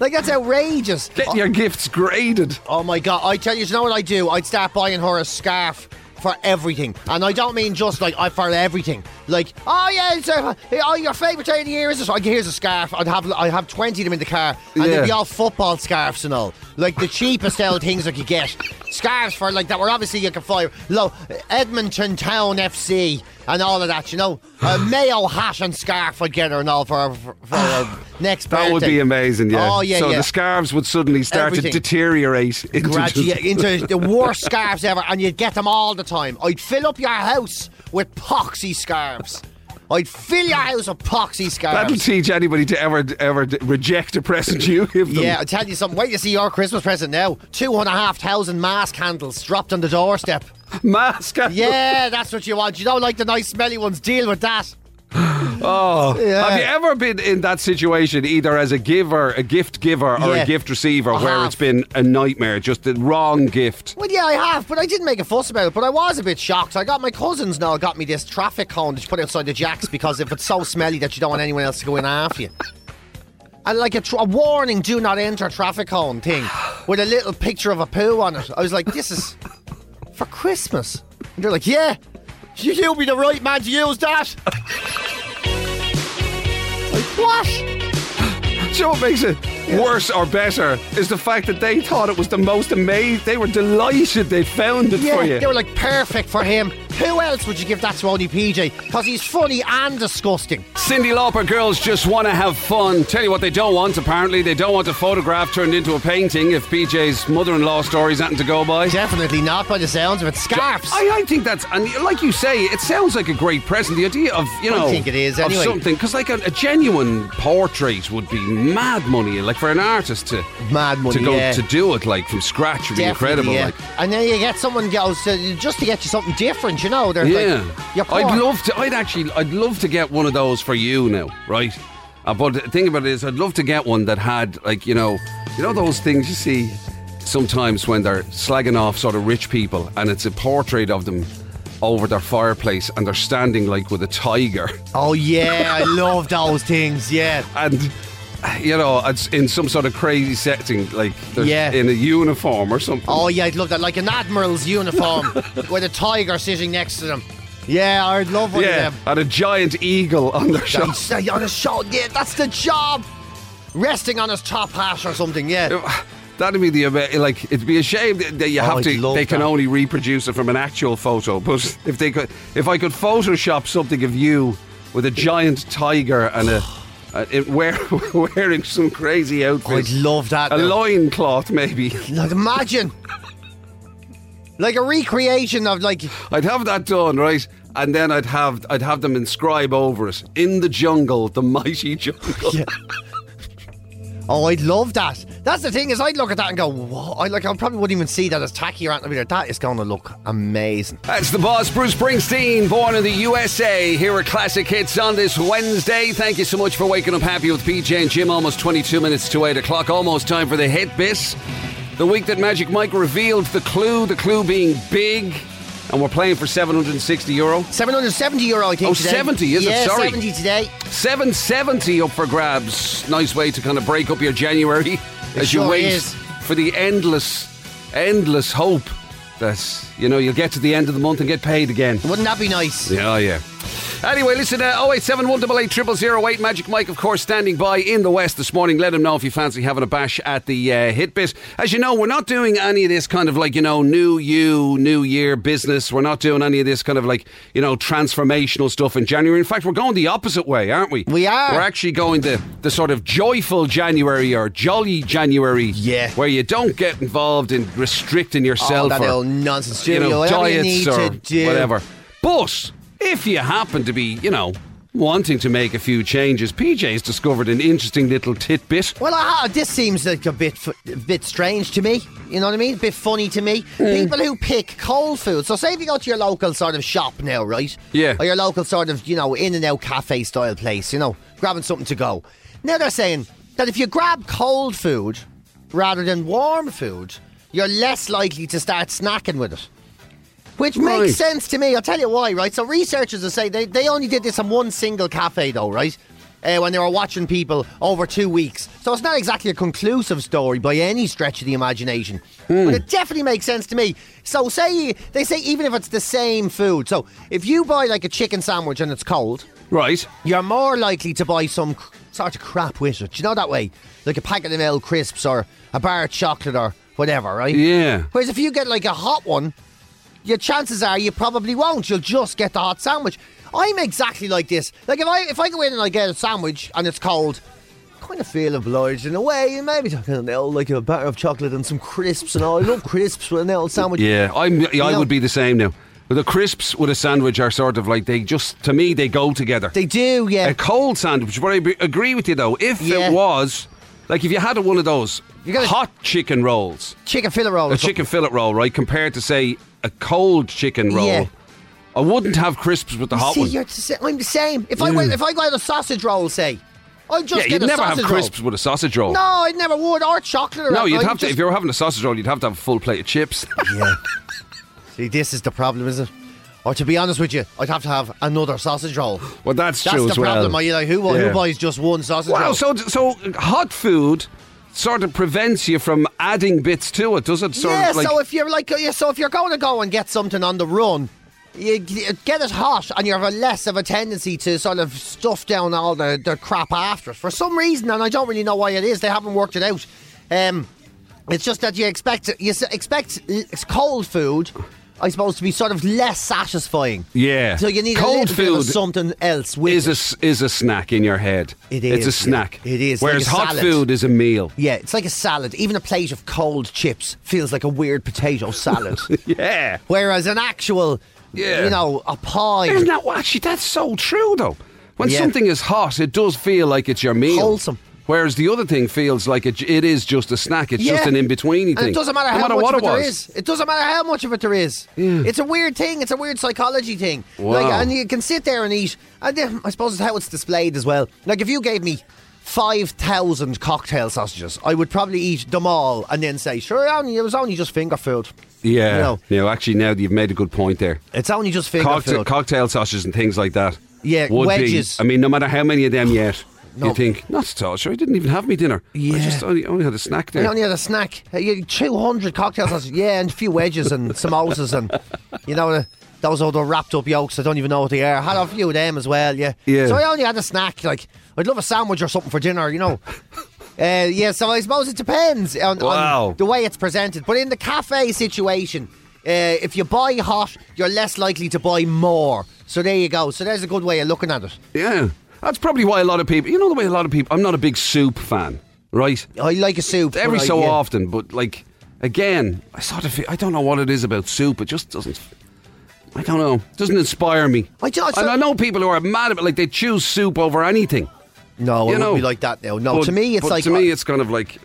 Like, that's outrageous.
Get your gifts graded.
Oh my god! I tell you, you know what I do? I'd start buying her a scarf for everything, and I don't mean just like I for everything. Like, oh yeah, it's uh, oh your favorite day of the year is this? Like, here's a scarf. I'd have I have twenty of them in the car, and
Yeah.
they'd be all football scarves and all, like the cheapest old things I could get. Scarves for like that were obviously you can fire low Edmonton Town FC and all of that. You know, a Mayo hat and scarf I'd get her and all for for, for her next
That would
birthday.
be amazing, yeah.
Oh yeah,
so
yeah
the scarves would suddenly start
Everything.
to deteriorate into
gradually
just-
into the worst scarves ever, and you'd get them all the time. I'd fill up your house with poxy scarves. I'd fill your house with poxy
That'll
scarves.
teach anybody to ever ever d- reject a present you give them.
Yeah, I tell you something. Wait to see your Christmas present now. Two and a half thousand mask handles dropped on the doorstep.
Mask.
Yeah, that's what you want. You don't like the nice smelly ones. Deal with that.
Oh.
Yeah.
Have you ever been in that situation, either as a giver, a gift giver, or a
Yeah.
gift receiver,
I
where
have.
it's been a nightmare, just the wrong gift?
Well, yeah, I have, but I didn't make a fuss about it. But I was a bit shocked. I got my cousins now got me this traffic cone that you put outside the jacks because if it's so smelly that you don't want anyone else to go in after you. And like a, tr- a warning, do not enter traffic cone thing with a little picture of a poo on it. I was like, this is for Christmas. And they're like, yeah, you- you'll be the right man to use that. like, what?
So what makes it worse or better is the fact that they thought it was the most amazing. They were delighted they found it for you.
they were like perfect for him. Who else would you give that to only PJ? Because he's funny and disgusting.
Cindy Lauper girls just want to have fun. Tell you what they don't want, apparently. They don't want a photograph turned into a painting if PJ's mother in law stories anything to go by.
Definitely not by the sounds of it. Scarves.
I, I think that's and like you say, it sounds like a great present. The idea of you
I
know,
think it is, anyway.
of something because like a, a genuine portrait would be mad money. Like for an artist to
Mad money,
to go
yeah.
to do it like from scratch would be incredible.
Definitely, yeah.
Like.
And then you get someone goes to, just to get you something different, you know. They're
Yeah,
like, you're poor.
I'd love to. I'd actually, I'd love to get one of those for you now, right? Uh, but the thing about it is, I'd love to get one that had like you know, you know those things you see sometimes when they're slagging off sort of rich people, and it's a portrait of them over their fireplace and they're standing like with a tiger.
Oh yeah, I love those things. Yeah,
And, you know, it's in some sort of crazy setting, like they're
Yeah.
in a uniform or something.
oh yeah, I'd love that, like an admiral's uniform with a tiger sitting next to them. Yeah, I'd love one
yeah,
of them.
and a giant eagle on their
He'd
shoulders.
stay on his shoulder. Yeah, that's the job. Resting on his top hat or something. Yeah.
That'd be the ama- like. It'd be a shame that that you
Oh,
have
I'd
to.
love
They can
that.
only reproduce it from an actual photo. But if they could, if I could Photoshop something of you with a giant tiger and a, a it wear, wearing some crazy
I'd
outfit,
love that.
a
now.
loincloth maybe.
Like imagine. Like a recreation of like
I'd have that done right, and then I'd have I'd have them inscribe over it in the jungle, the mighty jungle.
Yeah. Oh, I'd love that. That's the thing is, I'd look at that and go, "Whoa!" I like, I probably wouldn't even see that as tacky or anything. That is going to look amazing.
That's the boss, Bruce Springsteen, born in the USA. Here are classic hits on this Wednesday. Thank you so much for waking up happy with PJ and Jim. Almost 22 minutes to 8 o'clock. Almost time for the hit bis. The week that Magic Mike revealed the clue, the clue being big, and we're playing for 760 euro.
Seven hundred seventy euro, I think.
Oh,
today.
70, is it?
Yeah,
Sorry.
seventy today.
770 up for grabs. Nice way to kind of break up your January as you
sure
wait
is.
for the endless, endless hope that, you know, you'll get to the end of the month and get paid again.
Wouldn't that be nice?
Yeah, oh, yeah. Anyway, listen, uh, 087 Magic Mike, of course, standing by in the West this morning. Let him know if you fancy having a bash at the uh, hit bit. As you know, we're not doing any of this kind of like, you know, new you, new year business. We're not doing any of this kind of like, you know, transformational stuff in January. In fact, we're going the opposite way, aren't we?
We are.
We're actually going the, the sort of joyful January or jolly January.
Yeah.
Where you don't get involved in restricting yourself
Oh, that
or,
old nonsense,
you
Jimmy.
know,
Whatever you
diets
need
or
to do.
whatever. But if you happen to be, you know, wanting to make a few changes, PJ's discovered an interesting little tidbit.
Well, I, this seems like a bit f- a bit strange to me. You know what I mean? A bit funny to me. People who pick cold food. So, say if you go to your local sort of shop now, right?
Yeah.
Or your local sort of you know in and out cafe style place. You know, grabbing something to go. Now they're saying that if you grab cold food rather than warm food, you're less likely to start snacking with it. Which
Right.
makes sense to me. I'll tell you why, right? So researchers are saying they, they only did this in one single cafe, though, right? Uh, when they were watching people over two weeks. So it's not exactly a conclusive story by any stretch of the imagination. But it definitely makes sense to me. So say they say even if it's the same food. So if you buy like a chicken sandwich and it's cold,
Right.
you're more likely to buy some c- sort of crap with it. Do you know that way? Like a packet of L crisps or a bar of chocolate or whatever, right?
Yeah.
Whereas if you get like a hot one, your chances are you probably won't. You'll just get the hot sandwich. I'm exactly like this. Like if I if I go in and I get a sandwich and it's cold, I kind of feel obliged in a way. And maybe talking an L like a batter of chocolate and some crisps and all. I love crisps with an L sandwich.
Yeah, I'm, I
know-
would be the same now. The crisps with a sandwich are sort of like they just, to me, they go together.
They do, yeah.
a cold sandwich, but I be- agree with you though. If
Yeah.
it was, like if you had one of those
You gotta-
hot chicken rolls,
chicken fillet roll. or
a
something.
chicken fillet roll, right, compared to, say, a cold chicken roll,
Yeah.
I wouldn't have crisps with the hot
See,
one. Mm.
you're the sa- I'm the same. If I went, if I got a sausage roll, say, I'd just
Yeah,
get
you'd
a
never have
sausage
crisps
roll.
with a sausage roll.
No, I never would, or chocolate. Or
No, you'd
I'd
have to.
just-
If you were having a sausage roll, you'd have to have a full plate of chips.
Yeah. See, this is the problem, is it? Or to be honest with you, I'd have to have another sausage roll.
Well, that's,
That's
true
the
as well.
problem. I like, who,
Yeah.
who buys just one sausage
Wow,
roll?
so so hot food sort of prevents you from adding bits to it, does it? Sort
yeah,
of like,
so if you're like, yeah, so if you're going to go and get something on the run, you g- get it hot, and you have a less of a tendency to sort of stuff down all the, the crap after it for some reason, and I don't really know why it is. They haven't worked it out. Um, it's just that you expect you s- expect l- cold food, I suppose, to be sort of less satisfying.
Yeah.
So you need
Cold
a little bit of
food
something else with
is a
it.
s- is a snack in your head.
It
It's
is,
a
yeah.
snack.
It is, like
Whereas
a
hot
salad.
food is a meal.
Yeah, it's like a salad. Even a plate of cold chips feels like a weird potato salad.
Yeah.
Whereas an actual,
Yeah.
you know, a pie,
Isn't that actually that's so true though? When
Yeah.
something is hot, it does feel like it's your meal.
Wholesome.
Whereas the other thing feels like it, it is just a snack. It's
Yeah.
just an in betweeny
and
thing.
it doesn't matter how much
what
of it,
it was.
there is. It doesn't matter how much of it there is. It's a weird thing. It's a weird psychology thing.
Wow.
Like, and you can sit there and eat. And then, I suppose it's how it's displayed as well. Like if you gave me 5,000 cocktail sausages. I would probably eat them all and then say, sure, only, it was only just finger food.
Yeah.
You know,
No, actually, now that you've made a good point there.
it's only just finger
Cocktail,
food.
cocktail sausages and things like that.
Yeah,
would
wedges.
Be, I mean, no matter how many of them yet, you
No.
think not at all. Sure, I didn't even have me dinner. I
Yeah.
just only, only had a snack
I
there.
only had a snack. Uh, You had 200 cocktail sausages. Yeah, and a few wedges and samosas and, you know, uh, those other wrapped up yolks. I don't even know what they are. Had a few of them as well, yeah.
Yeah.
So I only had a snack. Like, I'd love a sandwich or something for dinner, you know. Uh, yeah, so I suppose it depends on,
Wow.
on the way it's presented. But in the cafe situation, uh, if you buy hot, you're less likely to buy more. So there you go. So there's a good way of looking at it.
Yeah, that's probably why a lot of people. You know the way a lot of people. I'm not a big soup fan, right?
I like a soup.
Every
but I-
so
yeah.
often, but like again, I sort of. Feel, I don't know what it is about soup. It just doesn't. I don't know. It doesn't inspire me.
I do- I
and I
do-
know people who are mad about like they choose soup over anything.
No,
You
it
know,
wouldn't be like that now. No,
But-
Oh, to me, it's
but
like.
to me, it's kind of like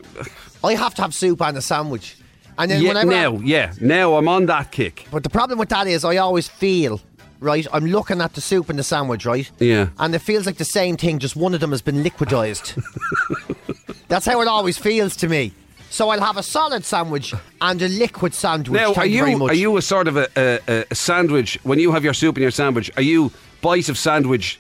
I have to have soup and a sandwich. And then
yeah,
whenever I-
now, yeah, now I'm on that kick.
but the problem with that is I always feel right. I'm looking at the soup and the sandwich, right?
Yeah.
And it feels like the same thing. Just one of them has been liquidized. That's how it always feels to me. So I'll have a solid sandwich and a liquid sandwich.
Now,
Thank
are
very
you
much.
are you a sort of a, a, a sandwich when you have your soup and your sandwich? Are you bite of sandwich,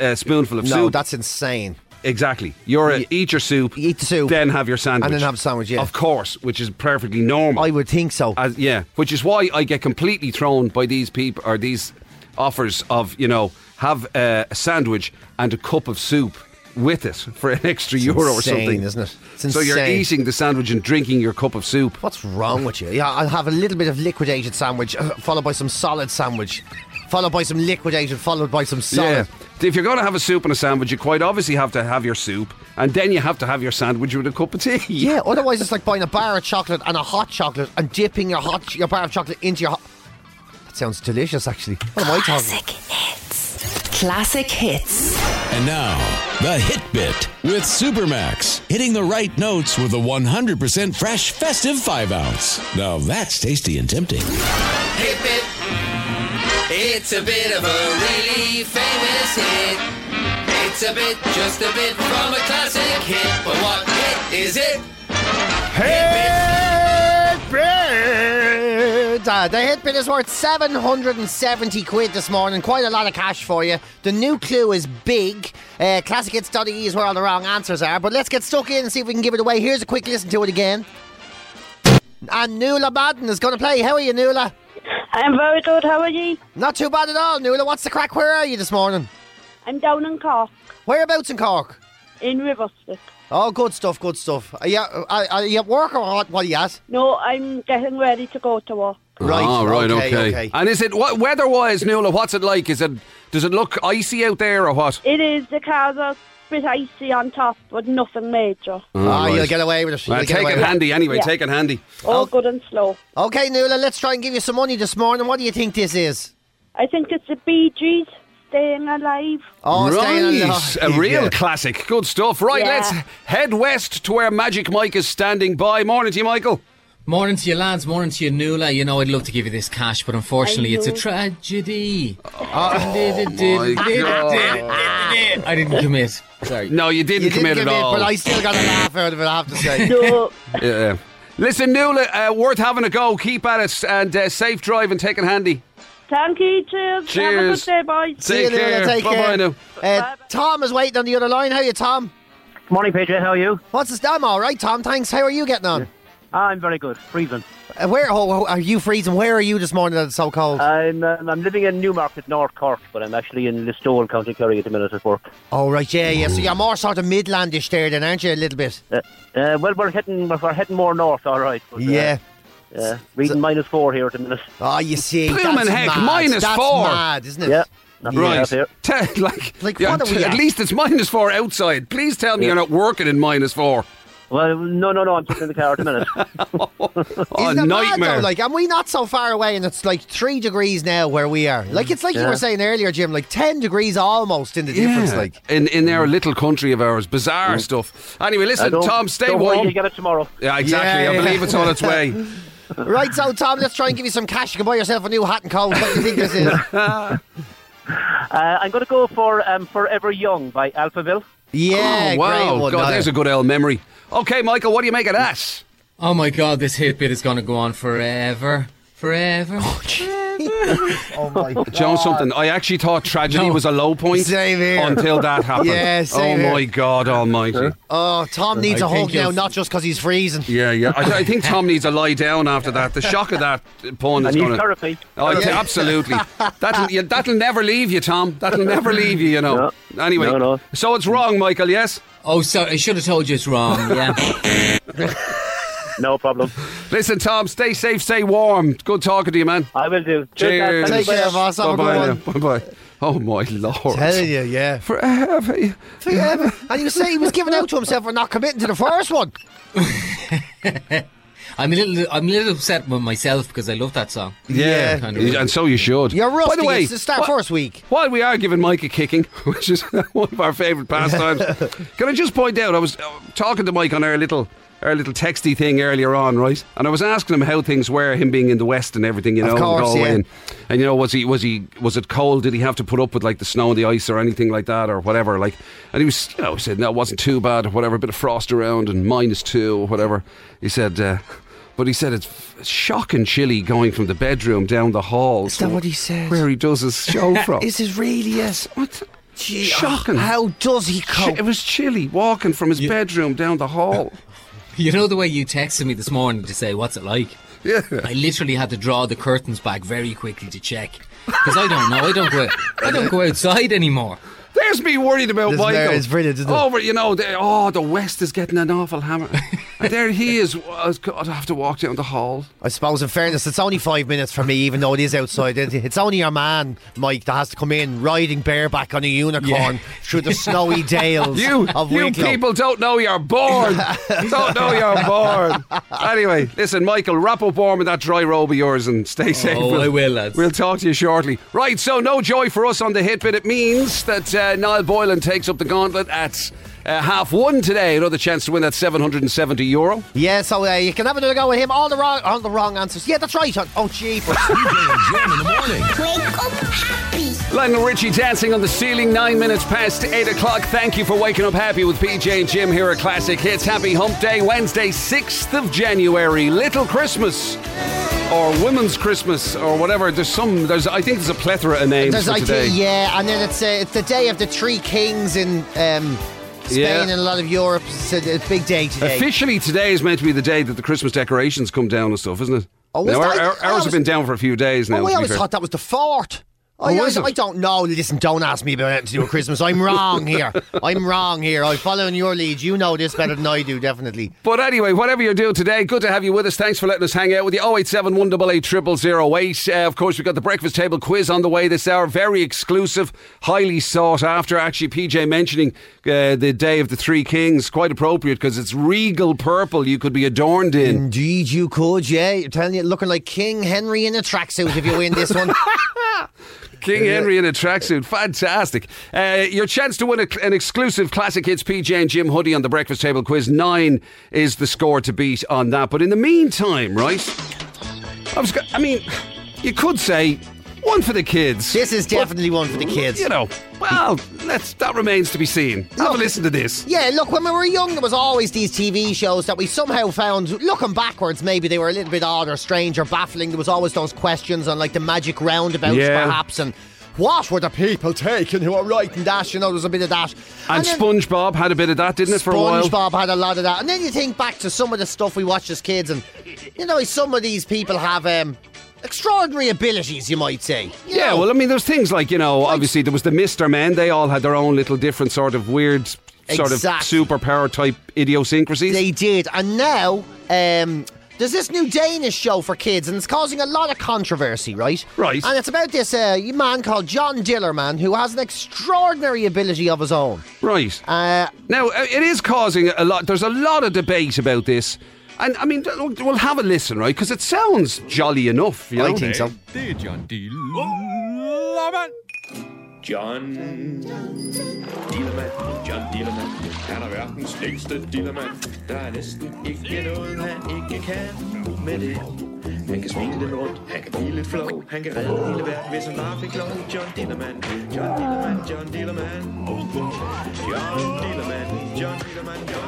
uh, spoonful of
No,
soup?
that's insane.
exactly. You're a, eat your soup,
Eat the soup.
then have your sandwich,
And then have a sandwich, yeah.
of course, which is perfectly normal.
I would think so.
As- yeah, which is why I get completely thrown by these people or these offers of you know have uh, a sandwich and a cup of soup with it for an extra euro or
insane,
something,
isn't it? It's
So you're
insane.
eating the sandwich and drinking your cup of soup.
What's wrong with you? Yeah, I'll have a little bit of liquidated sandwich, uh, followed by some solid sandwich, followed by some liquidated, followed by some solid.
Yeah. If you're going to have a soup and a sandwich, you quite obviously have to have your soup, and then you have to have your sandwich with a cup of tea.
Yeah, otherwise it's like buying a bar of chocolate and a hot chocolate and dipping your hot your bar of chocolate into your hot. That sounds delicious, actually. What am I talking?
Classic hits. Classic hits.
And now, the Hit Bit with Supermax. Hitting the right notes with a 100% fresh festive 5 ounce. Now that's tasty and tempting.
Hip it. It's a bit of a really famous hit. It's a bit, just a bit from a classic hit. But what hit is it?
Uh, the hit bid is worth 770 quid this morning. Quite a lot of cash for you. The new clue is big. Uh, ClassicHits.ie is where all the wrong answers are. But let's get stuck in and see if we can give it away. Here's a quick listen to it again. And Nuala Madden is going to play. How are you, Nuala?
I'm very good. How are you?
Not too bad at all, Nuala. What's the crack? Where are you this morning?
I'm down in Cork,
Whereabouts in Cork?
in Riverstick.
Oh, good stuff, good stuff. Uh, Are you, are, are you at work or what, what are you at?
No, I'm getting ready to go to work.
Right,
Ah, right, okay,
okay, okay.
And is it what weather-wise, Nuala? What's it like? Is it does it look icy out there or what?
It is the cars are a bit icy on top, but nothing major.
Ah,
right.
you'll get away with it.
Well,
You'll get
Uh, take
away
it
with it.
handy anyway.
Yeah.
Take it handy.
All good and slow.
Okay, Nuala, let's try and give you some money this morning. What do you think this is?
I think it's the Bee Gees staying alive.
Oh, staying
right, a
alive,
real
yeah.
classic. Good stuff. Right,
Yeah.
let's head west to where Magic Mike is standing by. Morning to you, Michael.
Morning to you, lads. Morning to you, Nuala. You know, I'd love to give you this cash, but unfortunately,
I
it's a
know.
tragedy. Oh,
God.
I didn't commit. Sorry.
No, you didn't
You didn't
commit
give
at
in,
all.
but I still got a laugh out of it, I have to say.
So,
Yeah. Listen, Nuala, uh, worth having a go. Keep at it and uh, safe drive and take it handy.
thank you. Cheers.
Cheers.
Have a good day, boys.
Take
See you, Nuala,
care.
Take
Bye-bye
care.
now.
Uh, Tom is waiting on the other line. How are you, Tom?
Morning, PJ. How are you?
What's this? I'm all right, Tom. Thanks. How are you getting on?
I'm very good. Freezing.
Uh, where oh, are you freezing? Where are you this morning that it's so cold?
I'm um, I'm living in Newmarket, North Cork, but I'm actually in Listowel, County Kerry, at the minute at work.
oh, right, yeah, yeah. So you're more sort of Midlandish there, then, aren't you, a little bit?
Uh, uh, well, we're heading we're heading more north, all right. But, uh,
Yeah.
yeah. Reading minus four here at the minute.
Oh, you see,
Blooming
that's
heck,
mad.
minus
that's
four.
mad, isn't it?
Yeah. Not bad
Right.
out here.
Te- like,
Like,
yeah,
what are we
t- at
at?
least it's minus four outside. Please tell me you're not working in minus four.
Well, no, no, no. I'm sitting in the car at the minute.
Oh,
Isn't it mad,
nightmare.
though? Like, and we not so far away, and it's like three degrees now where we are. Like, it's like you
Yeah.
were saying earlier, Jim. Like ten degrees almost in the difference.
yeah.
Like,
in in our little country of ours, bizarre stuff. Anyway,
Mm. I
listen,
don't-
Tom, stay
don't Worry,
warm.
you get it tomorrow.
yeah, exactly.
Yeah,
I
yeah.
believe it's on its way.
right, so Tom, let's try and give you some cash. You can buy yourself a new hat and coat. What do you think
Oh,
this is?
Uh, I'm going to go for um, "Forever Young" by Alphaville.
Yeah,
oh, wow.
great one,
God,
no.
there's a good old memory. Okay, Michael, what do you make of that?
Oh my god, this hit bit is going to go on forever. Forever.
oh my
Joan, something. I actually thought tragedy was a low point
Same here.
until that happened.
Yeah,
oh
same here.
my God Almighty.
Oh, Tom needs
I
a hug
think
now,
you'll-
not just because he's freezing.
Yeah, yeah. I, I think Tom needs a lie down after that. The shock of that pun
I
is
need
going to
therapy.
Oh,
Therapy.
yeah, absolutely. That'll yeah, that'll never leave you, Tom. That'll never leave you. You know. Anyway,
No, no.
so it's wrong, Michael. Yes.
Oh, sorry. I should have told you it's wrong. Yeah.
no problem. Listen, Tom. Stay safe. Stay warm. Good talking to you, man. I will do. Cheers.
Cheers, guys. Thank you. Take care, boss. Have a
Bye
good
bye. Bye bye. Oh my lord.
Telling you, yeah.
Forever.
Forever. and you say he was giving out to himself for not committing to the first one.
I'm a little I'm a little upset with myself because I love that song.
Yeah,
Kind of.
and so you should. You're
rusty.
By the way,
It's the start first week.
While we are giving Mike a kicking, which is one of our favourite pastimes, can I just point out? I was uh, talking to Mike on our little our little texty thing earlier on, right? And I was asking him how things were, him being in the west and everything, you know,
Of
and
course,
Galway
yeah.
and, and you know, was he was he was it cold? Did he have to put up with like the snow and the ice or anything like that or whatever? Like, and he was, you know, he said no, it wasn't too bad or whatever. A bit of frost around and minus two or whatever. He said. Uh, but he said it's shocking chilly going from the bedroom down the hall. Is
that what he said?
Where he does his show from.
Is it really yes? What? Gee,
oh,
oh,
Shocking.
How does he
Chi-
cope?
It was chilly walking from his bedroom down the hall.
You know the way you texted me this morning to say what's it like?
Yeah.
I literally had to draw the curtains back very quickly to check because I don't know. I don't go. I don't go outside anymore.
There's me worried about
This
Michael.
there is brilliant, isn't it?
Over, you know, the, oh, the West is getting an awful hammer. and there he is. Oh, God, I have to walk down the hall.
I suppose, in fairness, it's only five minutes for me, even though it is outside. isn't it? It's only your man, Mike, that has to come in riding bareback on a unicorn
Yeah.
through the snowy dales
You,
of
you
Wicklow.
people don't know you're born. don't know you're born. Anyway, listen, Michael, wrap up warm in that dry robe of yours and stay safe.
Oh, I will, lads.
We'll talk to you shortly. Right, so no joy for us on the hit, but it means that uh, Niall Boylan takes up the gauntlet at uh, half one today. Another chance to win that 770 euro.
Yeah, so uh, you can have another go with him. All the wrong, all the wrong answers. Yeah, that's right. Oh, jeepers.
Lionel Richie dancing on the ceiling, nine minutes past eight o'clock. Thank you for waking up happy with PJ and Jim here at Classic Hits. Happy Hump Day, Wednesday, 6th of January. Little Christmas or Women's Christmas or whatever. There's some, there's, I think there's a plethora of names
There's E.
for
like
today.
yeah, and then it's uh, it's the day of the three kings in um, Spain
Yeah.
and a lot of Europe. It's a, a big day today.
Officially, today is meant to be the day that the Christmas decorations come down and stuff, isn't it?
Oh, is
now,
that-
our, our,
I
ours have
always-
been down for a few days now.
Oh,
to
I
be
always
fair.
thought that was the fort. I,
Oh, is
I,
it?
I don't know. Listen, don't ask me about anything to do with Christmas. I'm wrong here. I'm wrong here. I'm following your lead. You know this better than I do, definitely.
But anyway, whatever you're doing today, good to have you with us. Thanks for letting us hang out with you. 087 188 0008. Uh, of course, we've got the breakfast table quiz on the way this hour. Very exclusive, highly sought after. Actually, PJ mentioning uh, the Day of the Three Kings, quite appropriate because it's regal purple you could be adorned in.
Indeed, you could. Yeah, you're telling you, looking like King Henry in a tracksuit if you win this one.
King Henry in a tracksuit. Fantastic. Uh, your chance to win a, an exclusive Classic Hits PJ and Jim hoodie on the breakfast table quiz. Nine is the score to beat on that. But in the meantime, right? I was. Go- I mean, you could say one for the kids. This
is definitely one for the kids.
You know. Well, let's. That remains to be seen. Have a listen to this.
Yeah, look, when we were young, there was always these TV shows that we somehow found, looking backwards, maybe they were a little bit odd or strange or baffling. There was always those questions on, like, the magic roundabouts,
Yeah.
perhaps, and what were the people taking who were writing that? You know, there was a bit of that.
And,
then
SpongeBob had a bit of that, didn't it, for a while?
SpongeBob had a lot of that. And then you think back to some of the stuff we watched as kids, and, you know, some of these people have um, extraordinary abilities, you might say. You
Yeah,
know,
well, I mean, there's things like, you know, obviously there was the Mr. Men. They all had their own little different sort of weird, sort of
Exactly.
superpower type idiosyncrasies.
They did. And now, um, there's this new Danish show for kids, and it's causing a lot of controversy, right? Right. And it's about this uh, man called John Dillerman who has an extraordinary ability of his own.
Right. now, uh, it is causing a lot. There's a lot of debate about this. And, I mean, th- we'll have a listen, right? Because it sounds jolly enough, you know?
I think so.
Dear John D. John Dillermand, John Dillermand, han er verdens længste dillermand. Der er næsten ikke noget, han ikke kan med det. Han kan svinge lidt rundt, han kan blive lidt flow, han kan redde hele verden, hvis han bare fik lov. John Dillermand, John Dillermand, John Dillermand. John Dillermand, John Dillermand, John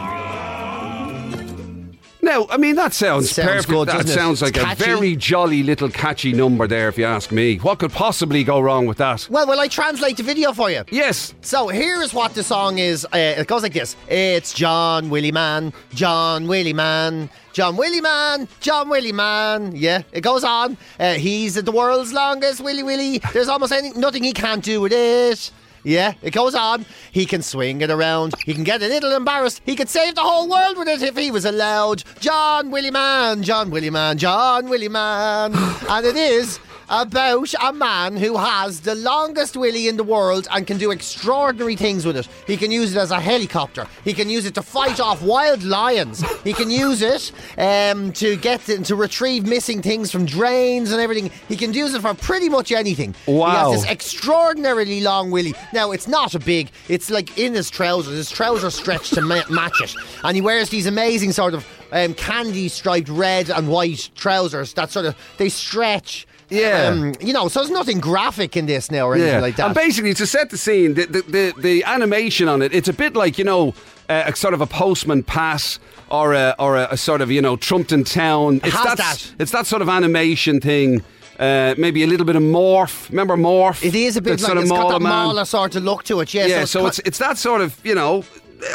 Now, I mean, that sounds,
Sounds
perfect.
good,
that
doesn't it?
sounds like
Catchy.
a very jolly little catchy number there, if you ask me. What could possibly go wrong with that?
Well, will I translate the video for you?
Yes.
So here's what the song is. Uh, it goes like this: It's John Willie Man, John Willie Man, John Willie Man, John Willie Man. Yeah, it goes on. Uh, he's the world's longest Willie Willie. There's almost any, nothing he can't do with it. Yeah, it goes on. He can swing it around. He can get a little embarrassed. He could save the whole world with it if he was allowed. John Willie Man, John Willie Man, John Willie Man. and it is about a man who has the longest willy in the world and can do extraordinary things with it. He can use it as a helicopter. He can use it to fight off wild lions. He can use it um, to get to retrieve missing things from drains and everything. He can use it for pretty much anything.
Wow.
He has this extraordinarily long willy. Now it's not a big. It's like in his trousers. His trousers stretch to ma- match it, and he wears these amazing sort of um, candy striped red and white trousers that sort of they stretch.
Yeah.
Um, you know, so there's nothing graphic in this now or anything like that.
And basically, to set the scene, the, the, the, the animation on it, it's a bit like, you know, uh, a sort of a postman pass or a, or a, a sort of, you know, Trumpton Town. It's
has
that. It's that sort of animation thing. Uh, maybe a little bit of morph. Remember morph? It
It's a bit like it's got that mauler sort of look to it. Yeah,
yeah,
it's
so
cut-
it's it's that sort of you know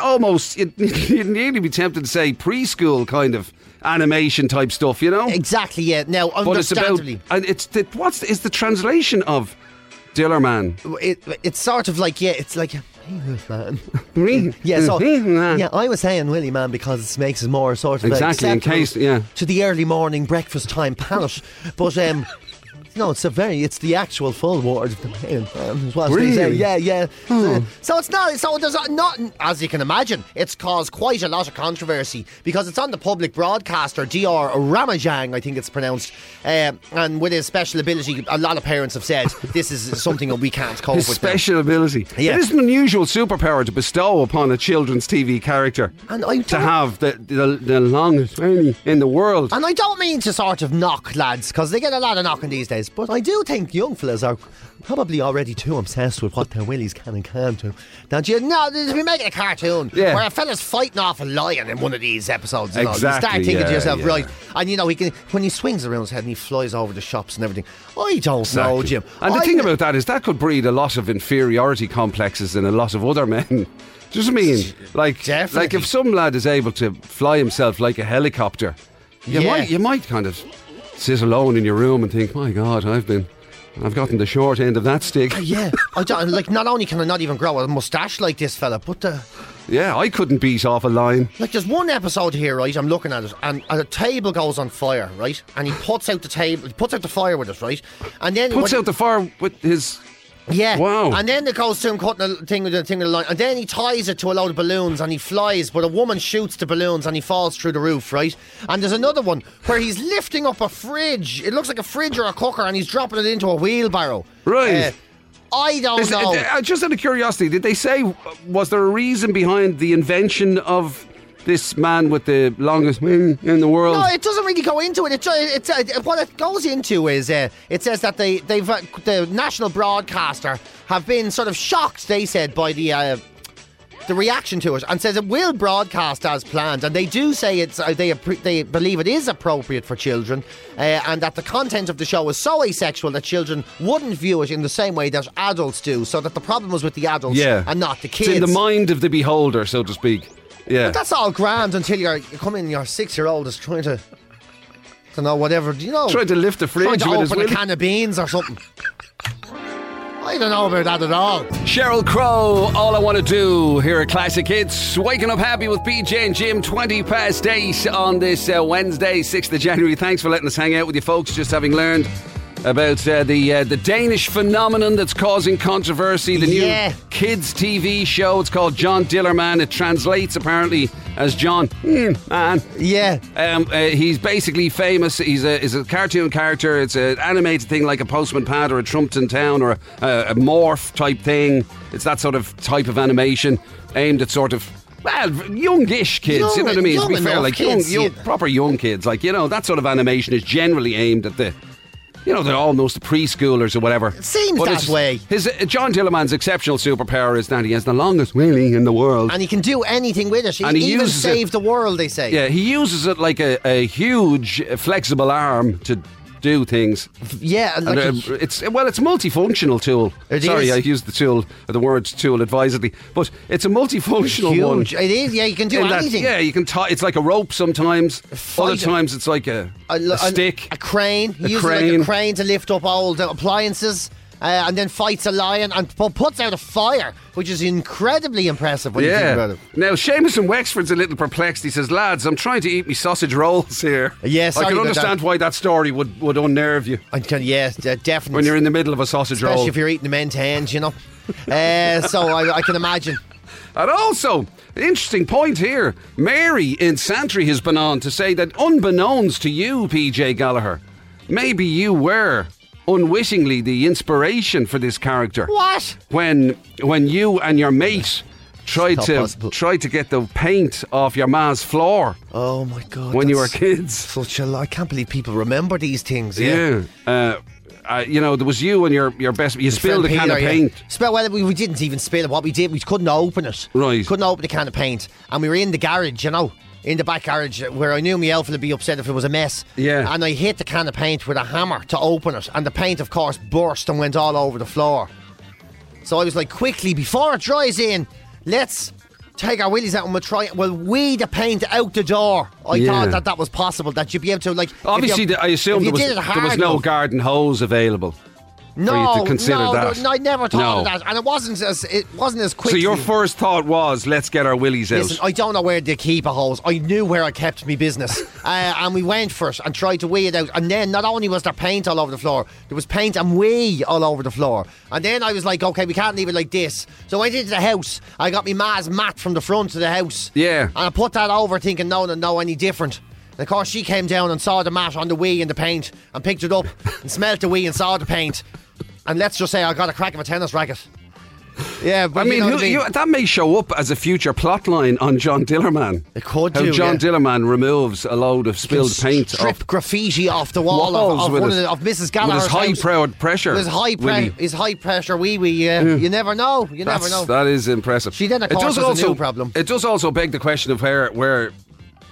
almost you'd, you'd nearly be tempted to say preschool kind of animation type stuff, you know?
Exactly. Yeah. Now,
but it's about
understandably.
and it's the, what's is the translation of Dillerman?
it, it's sort of like yeah, it's like man. yeah, so
Mm-hmm, Ah.
yeah, I was saying Willie man because it makes it more sort of
Exactly, in
acceptable
case- yeah.
to the early morning breakfast time palate, but um. No, it's a very, it's the actual full word of the man, um, is what they say.
Really? Oh.
Yeah, yeah. So it's not, so there's not, as you can imagine, it's caused quite a lot of controversy because it's on the public broadcaster, Dr. Ramajang, I think it's pronounced. Um, and with his special ability, a lot of parents have said this is something that we can't cope
His
with. now.
special ability.
Yeah.
It is an unusual superpower to bestow upon a children's TV character.
And I
to have the, the the longest journey in the world.
And I don't mean to sort of knock lads, because they get a lot of knocking these days, but I do think young fellas are probably already too obsessed with what their willies can and can't do. Don't you know, if we making a cartoon
Yeah.
where a fella's fighting off a lion in one of these episodes, and all, you start
Exactly,
thinking to
yeah,
yourself,
yeah.
right, and you know, he can, when he swings around his head and he flies over the shops and everything, I don't know, Jim.
And
I,
the thing about that is that could breed a lot of inferiority complexes in a lot of other men. Do you know what I mean? Like, like if some lad is able to fly himself like a helicopter, you
Yeah.
might you might kind of sit alone in your room and think, "My God, I've been, I've gotten the short end of that stick."
yeah, I don't, like, not only can I not even grow a mustache like this fella, but the.
Yeah, I couldn't beat off a line.
Like there's one episode here, right? I'm looking at it, and a table goes on fire, right? And he puts out the table, he puts out the fire with it, right? And then
Puts
when-
out the fire with his.
yeah.
Wow.
And then it goes to him cutting the thing with the thing with the line, and then he ties it to a load of balloons, and he flies. But a woman shoots the balloons, and he falls through the roof, right? And there's another one where he's lifting up a fridge. It looks like a fridge or a cooker, and he's dropping it into a wheelbarrow.
Right.
Uh, I don't
Is-
know.
uh, just out of curiosity, did they say was there a reason behind the invention of this man with the longest wing in the world?
No, it doesn't really go into it. It, ju- it's uh, what it goes into is uh, it says that they they've uh, the national broadcaster have been sort of shocked. They said by the. Uh, the reaction to it and says it will broadcast as planned and they do say it's uh, they appre- they believe it is appropriate for children uh, and that the content of the show is so asexual that children wouldn't view it in the same way that adults do so that the problem was with the adults
yeah.
and not the kids
It's in the mind of the beholder, so to speak. Yeah.
but that's all grand until you're you come in. Your six-year-old is trying to, to know whatever you know.
Trying to lift the
Trying
fridge
to
with his
open a
willy.
can of beans or something. I don't know about that at all.
Cheryl Crow, All I Want to Do here at Classic Hits. Waking up happy with BJ and Jim, 20 past 8 on this uh, Wednesday, 6th of January. Thanks for letting us hang out with you folks, just having learned about uh, the uh, the Danish phenomenon that's causing controversy, the new
Yeah.
kids TV show. It's called John Dillerman. It translates apparently as John Hmm, Man.
Yeah.
Um, uh, he's basically famous. He's a he's a cartoon character. It's an animated thing like a Postman Pat or a Trumpton Town or a, a, a Morph type thing. It's that sort of type of animation aimed at sort of Well, youngish kids, you know what I mean?
Young-
to be
young
fair,
enough
like
kids,
young,
you
young, proper young kids, like you know, that sort of animation is generally aimed at the, you know, the almost preschoolers or whatever. It
seems that
way. His uh, John Dillerman's exceptional superpower is that he has the longest wheelie in the world.
And he can do anything with it. He,
And he
even
uses
save
it-
the world, they say.
yeah, he uses it like a, a huge uh, flexible arm to do things.
Yeah,
And,
like a-
uh, it's well, it's a multifunctional tool.
It
Sorry,
is.
I used the tool, uh, the word tool advisedly, but it's a multifunctional one.
huge. It is, yeah, you can do
In that-
anything.
yeah, you can tie. It's like a rope sometimes. Other
fighter.
times it's like a,
a, lo-
a stick.
a crane. He
A
uses like
crane.
a crane to lift up old uh, appliances. Uh, and then fights a lion and pu- puts out a fire, which is incredibly impressive when you think about it.
Now Seamus in Wexford's a little perplexed. He says, "Lads, I'm trying to eat me sausage rolls here." Yes, I
sorry
can
about
understand why that story would, would unnerve you.
I can, yes, uh, definitely.
When you're in the middle of a sausage
Especially
roll.
if you're eating the men's hands, you know. uh, so I, I can imagine.
And also, interesting point here. Mary in Santry has been on to say that, unbeknownst to you, PJ Gallagher, maybe you were unwittingly the inspiration for this character.
What?
When when you and your mate tried
not
to
possible.
tried to get the paint off your ma's floor.
Oh my god!
When you were
that's
kids.
Such a I can't believe people remember these things. Yeah.
Yeah. Uh, uh, you know, there was you and your, your best. You spilled a
Phil
can of
Peter, yeah.
paint.
Spill, well, we, we didn't even spill it. What we did, we couldn't open it. Right. Couldn't open the can of paint. And we were in the garage, you know, in the back garage uh, where I knew my elf would be upset if it was a mess.
Yeah.
And I hit the can of paint with a hammer to open it. And the paint, of course, burst and went all over the floor. So I was like, quickly, before it dries in, let's take our willies out and we'll try We'll wee the paint out the door. I
Yeah.
thought that that was possible, that you'd be able to, like. if you-
Obviously, the- I assume
if
there
you
was,
did it
there was
hard
no
enough-
garden hose available.
no,
for you to consider
no,
that.
no, I never thought
No.
of that, and it wasn't as it wasn't as quick.
So your first thought was, let's get our willies out.
Listen, I don't know where to keep a hose. I knew where I kept my business, uh, and we went for it and tried to weigh it out. And then not only was there paint all over the floor, there was paint and wee all over the floor. And then I was like, okay, we can't leave it like this. So I went into the house. I got my ma's mat from the front of the house.
Yeah.
And I put that over, thinking no, no, no, any different. And of course, she came down and saw the mat on the wee and the paint, and picked it up and smelled the wee and saw the paint. And let's just say I got a crack of a tennis racket. Yeah, but
I
you
mean,
know
who,
what I mean.
You, that may show up as a future plot line on John Dillerman. It could How
do,
John
yeah.
Dillerman removes a load of spilled paint
strip
off
graffiti off the wall of,
walls
of,
with
one of,
his-
the, of Mrs.
with
Gallagher's
his high
house.
powered pressure.
His high, pre-
Willie.
his high pressure wee wee. Uh, You never know. You never
That's-
know.
That is impressive. She then
of course, was a new problem.
It does also beg the question of where where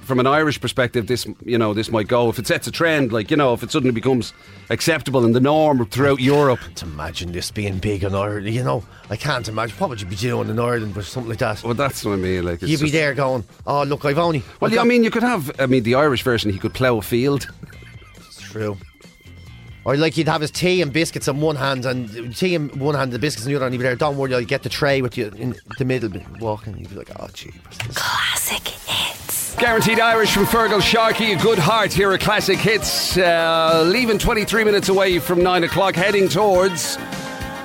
from an Irish perspective this you know this might go if it sets a trend like you know if it suddenly becomes acceptable and the norm throughout Europe.
imagine this being big in Ireland. You know, I can't imagine. What would you be doing in Ireland with something like that?
Well, that's what I mean. Like it's
You'd be
just-
there going, "Oh, look, I've only."
Well,
I've
yeah, I
got-"
mean, you could have. I mean, the Irish version, he could plough a field.
It's true. Or like he'd have his tea and biscuits in one hand and tea in one hand, the biscuits in the other, and he'd be there. Don't worry, I'll get the tray with you in the middle. but Walking, he'd be like, "Oh, gee."
Classic hits.
Guaranteed Irish from Fergal Sharkey, a good heart here at Classic Hits. Uh, leaving 23 minutes away from 9 o'clock, heading towards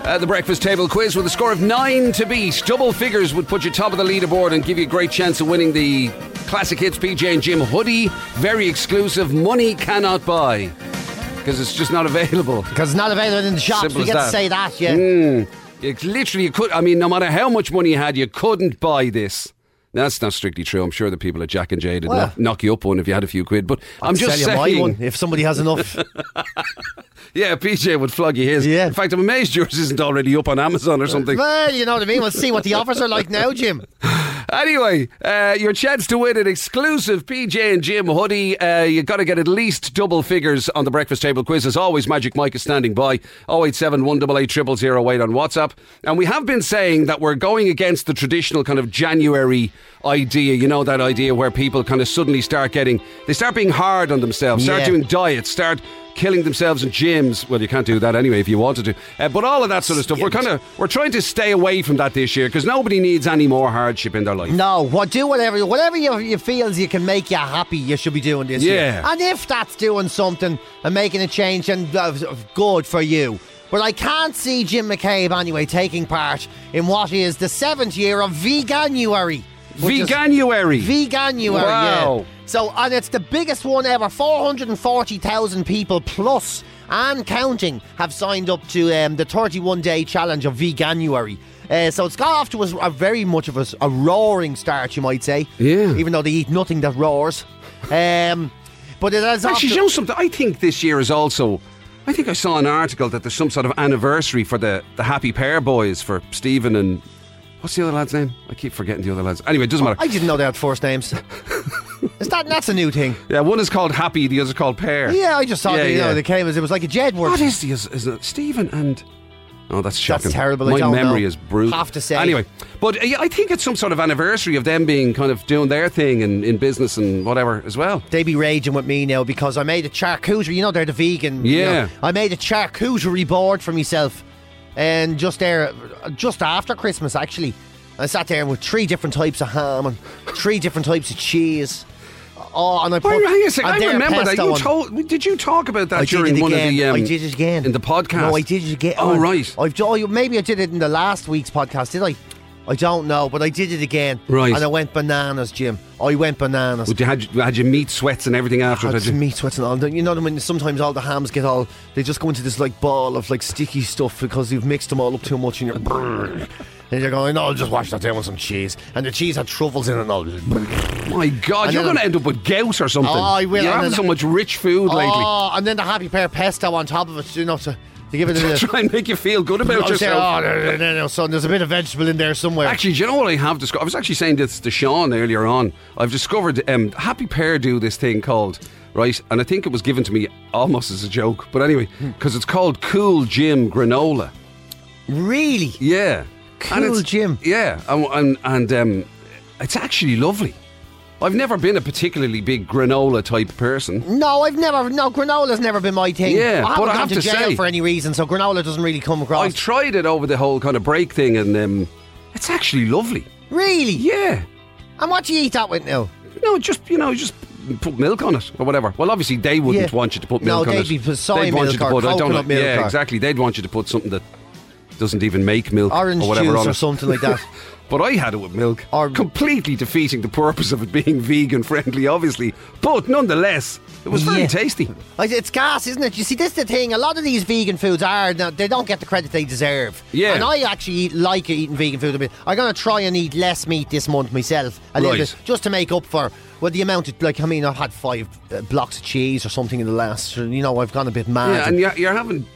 uh, the breakfast table quiz with a score of 9 to beat. Double figures would put you top of the leaderboard and give you a great chance of winning the Classic Hits PJ and Jim hoodie. Very exclusive, money cannot buy because it's just not available.
Because it's not available in the shops.
Simple
we
as
get
that.
to say that, yeah.
Mm. It's literally, you could. I mean, no matter how much money you had, you couldn't buy this. Now, That's not strictly true. I'm sure the people at Jack and Jade would
Well.
knock, knock you up one if you had a few quid. But i am
I'll
just
sell you
saying,
my one if somebody has enough.
yeah, PJ would flog you his. Yeah. In fact, I'm amazed yours isn't already up on Amazon
Uh,
or something.
Well, you know what I mean. We'll see what the offers are like now, Jim.
Anyway, uh, your chance to win an exclusive PJ and Jim hoodie. Uh, you got to get at least double figures on the breakfast table quiz. As always, Magic Mike is standing by. 087 188 0008 on WhatsApp. And we have been saying that we're going against the traditional kind of January idea. You know, that idea where people kind of suddenly start getting, they start being hard on themselves, start
Yeah.
doing diets, start killing themselves in gyms. Well, you can't do that anyway if you wanted to. Uh, but all of that sort of stuff, we're kind of we're trying to stay away from that this year because nobody needs any more hardship in their life.
No, what do whatever whatever you, you feels you can make you happy. You should be doing this. year.
Yeah.
And if that's doing something and making a change, and uh, good for you. But I can't see Jim McCabe anyway taking part in what is the seventh year of Veganuary. which is-
Veganuary.
Veganuary. yeah.
Wow.
So, and it's the biggest one ever. 440,000 people plus and counting have signed up to um, the 31 day challenge of Veganuary. Uh, so it's got off to us a very much of us a roaring start, you might say. Yeah. Even though they eat nothing that roars. Um, but it has off
Actually,
to-
you know something? I think this year is also. I think I saw an article that there's some sort of anniversary for the, the Happy Pair boys for Stephen and. What's the other lad's name? I keep forgetting the other lad's. Anyway, it doesn't matter.
I didn't know they had first names. Is that that's a new thing?
Yeah, one is called Happy, the other's called Pear.
Yeah, I just saw the, you know, they came as it was like a Jed word. What
is the is, is it Stephen and Oh, that's shocking.
terrible, I
My
don't
memory
know.
is brutal.
Have to say.
Anyway, but uh, yeah, I think it's some sort of anniversary of them being kind of doing their thing in, in business and whatever as well.
They be raging with me now because I made a charcuterie. You know they're the vegan. you
Yeah.
know. I made a charcuterie board for myself, and just there, just after Christmas actually, I sat there with three different types of ham and three different types of cheese. Oh, and I put.
Wait, hang on a second,
and
I
their
remember that.
pesto
You
on.
told, did you talk about that
I did
during
it
one of
again.
the. um,
I did it again
In the podcast?
No, I did it again.
Oh,
I-
right.
I've do- I- maybe I did it in the last week's podcast. Did I? I don't know, but I did it again.
Right.
And I went bananas, Jim. I went bananas.
Would you, had, you, had you meat sweats and everything after
Had
it?
some meat sweats and all. You know when sometimes all the hams get all they just go into this like ball of like sticky stuff because you've mixed them all up too much and you're brrr. and you're going, no, I'll just wash that down with some cheese. And the cheese had truffles in it and all.
My God,
And
you're
then-
going to end up with gout or something.
Oh, I will,
You're
and
having
then-
so much rich food lately.
Oh, and then the happy pair pesto on top of it, you know, to, to give it a
To
little
try and make you feel good about
I was there,
yourself.
oh, no, no, no, no, son, there's a bit of vegetable in there somewhere.
Actually, do you know what I have discovered? I was actually saying this to Sean earlier on. I've discovered um, Happy Pair do this thing called, right? And I think it was given to me almost as a joke. But anyway, because it's called Cool Gym Granola.
Really?
Yeah.
Cool Gym.
Yeah. And, and, and um, it's actually lovely. I've never been a particularly big granola type person.
No, I've never. No, granola's never been my thing.
Yeah,
I haven't
but I
gone
have
to
to
jail
say-
for any reason, so granola doesn't really come across.
I tried it over the whole kind of break thing, and um, it's actually lovely.
Really?
Yeah.
And what do you eat that with now?
No, just you know, just put milk on it or whatever. Well, obviously they wouldn't
Yeah.
want you to put
No,
milk on
they'd
it.
be put soy
want
milk
you to
or
put I don't know.
coconut milk
yeah,
or-
exactly. They'd want you to put something that doesn't even make milk
Orange
or whatever
juice
on
or
it.
something like that.
but I had it with milk, completely defeating the purpose of it being vegan friendly, obviously. But nonetheless, it was very
Yeah.
tasty.
Like, It's gas, isn't it? You see, this is the thing. A lot of these vegan foods are now they don't get the credit they deserve.
Yeah.
And I actually eat, like eating vegan food a bit. I'm gonna try and eat less meat this month myself, a little
Right.
bit, just to make up for well the amount of like I mean I've had five uh, blocks of cheese or something in the last. You know I've gone a bit mad.
yeah, and you're, you're having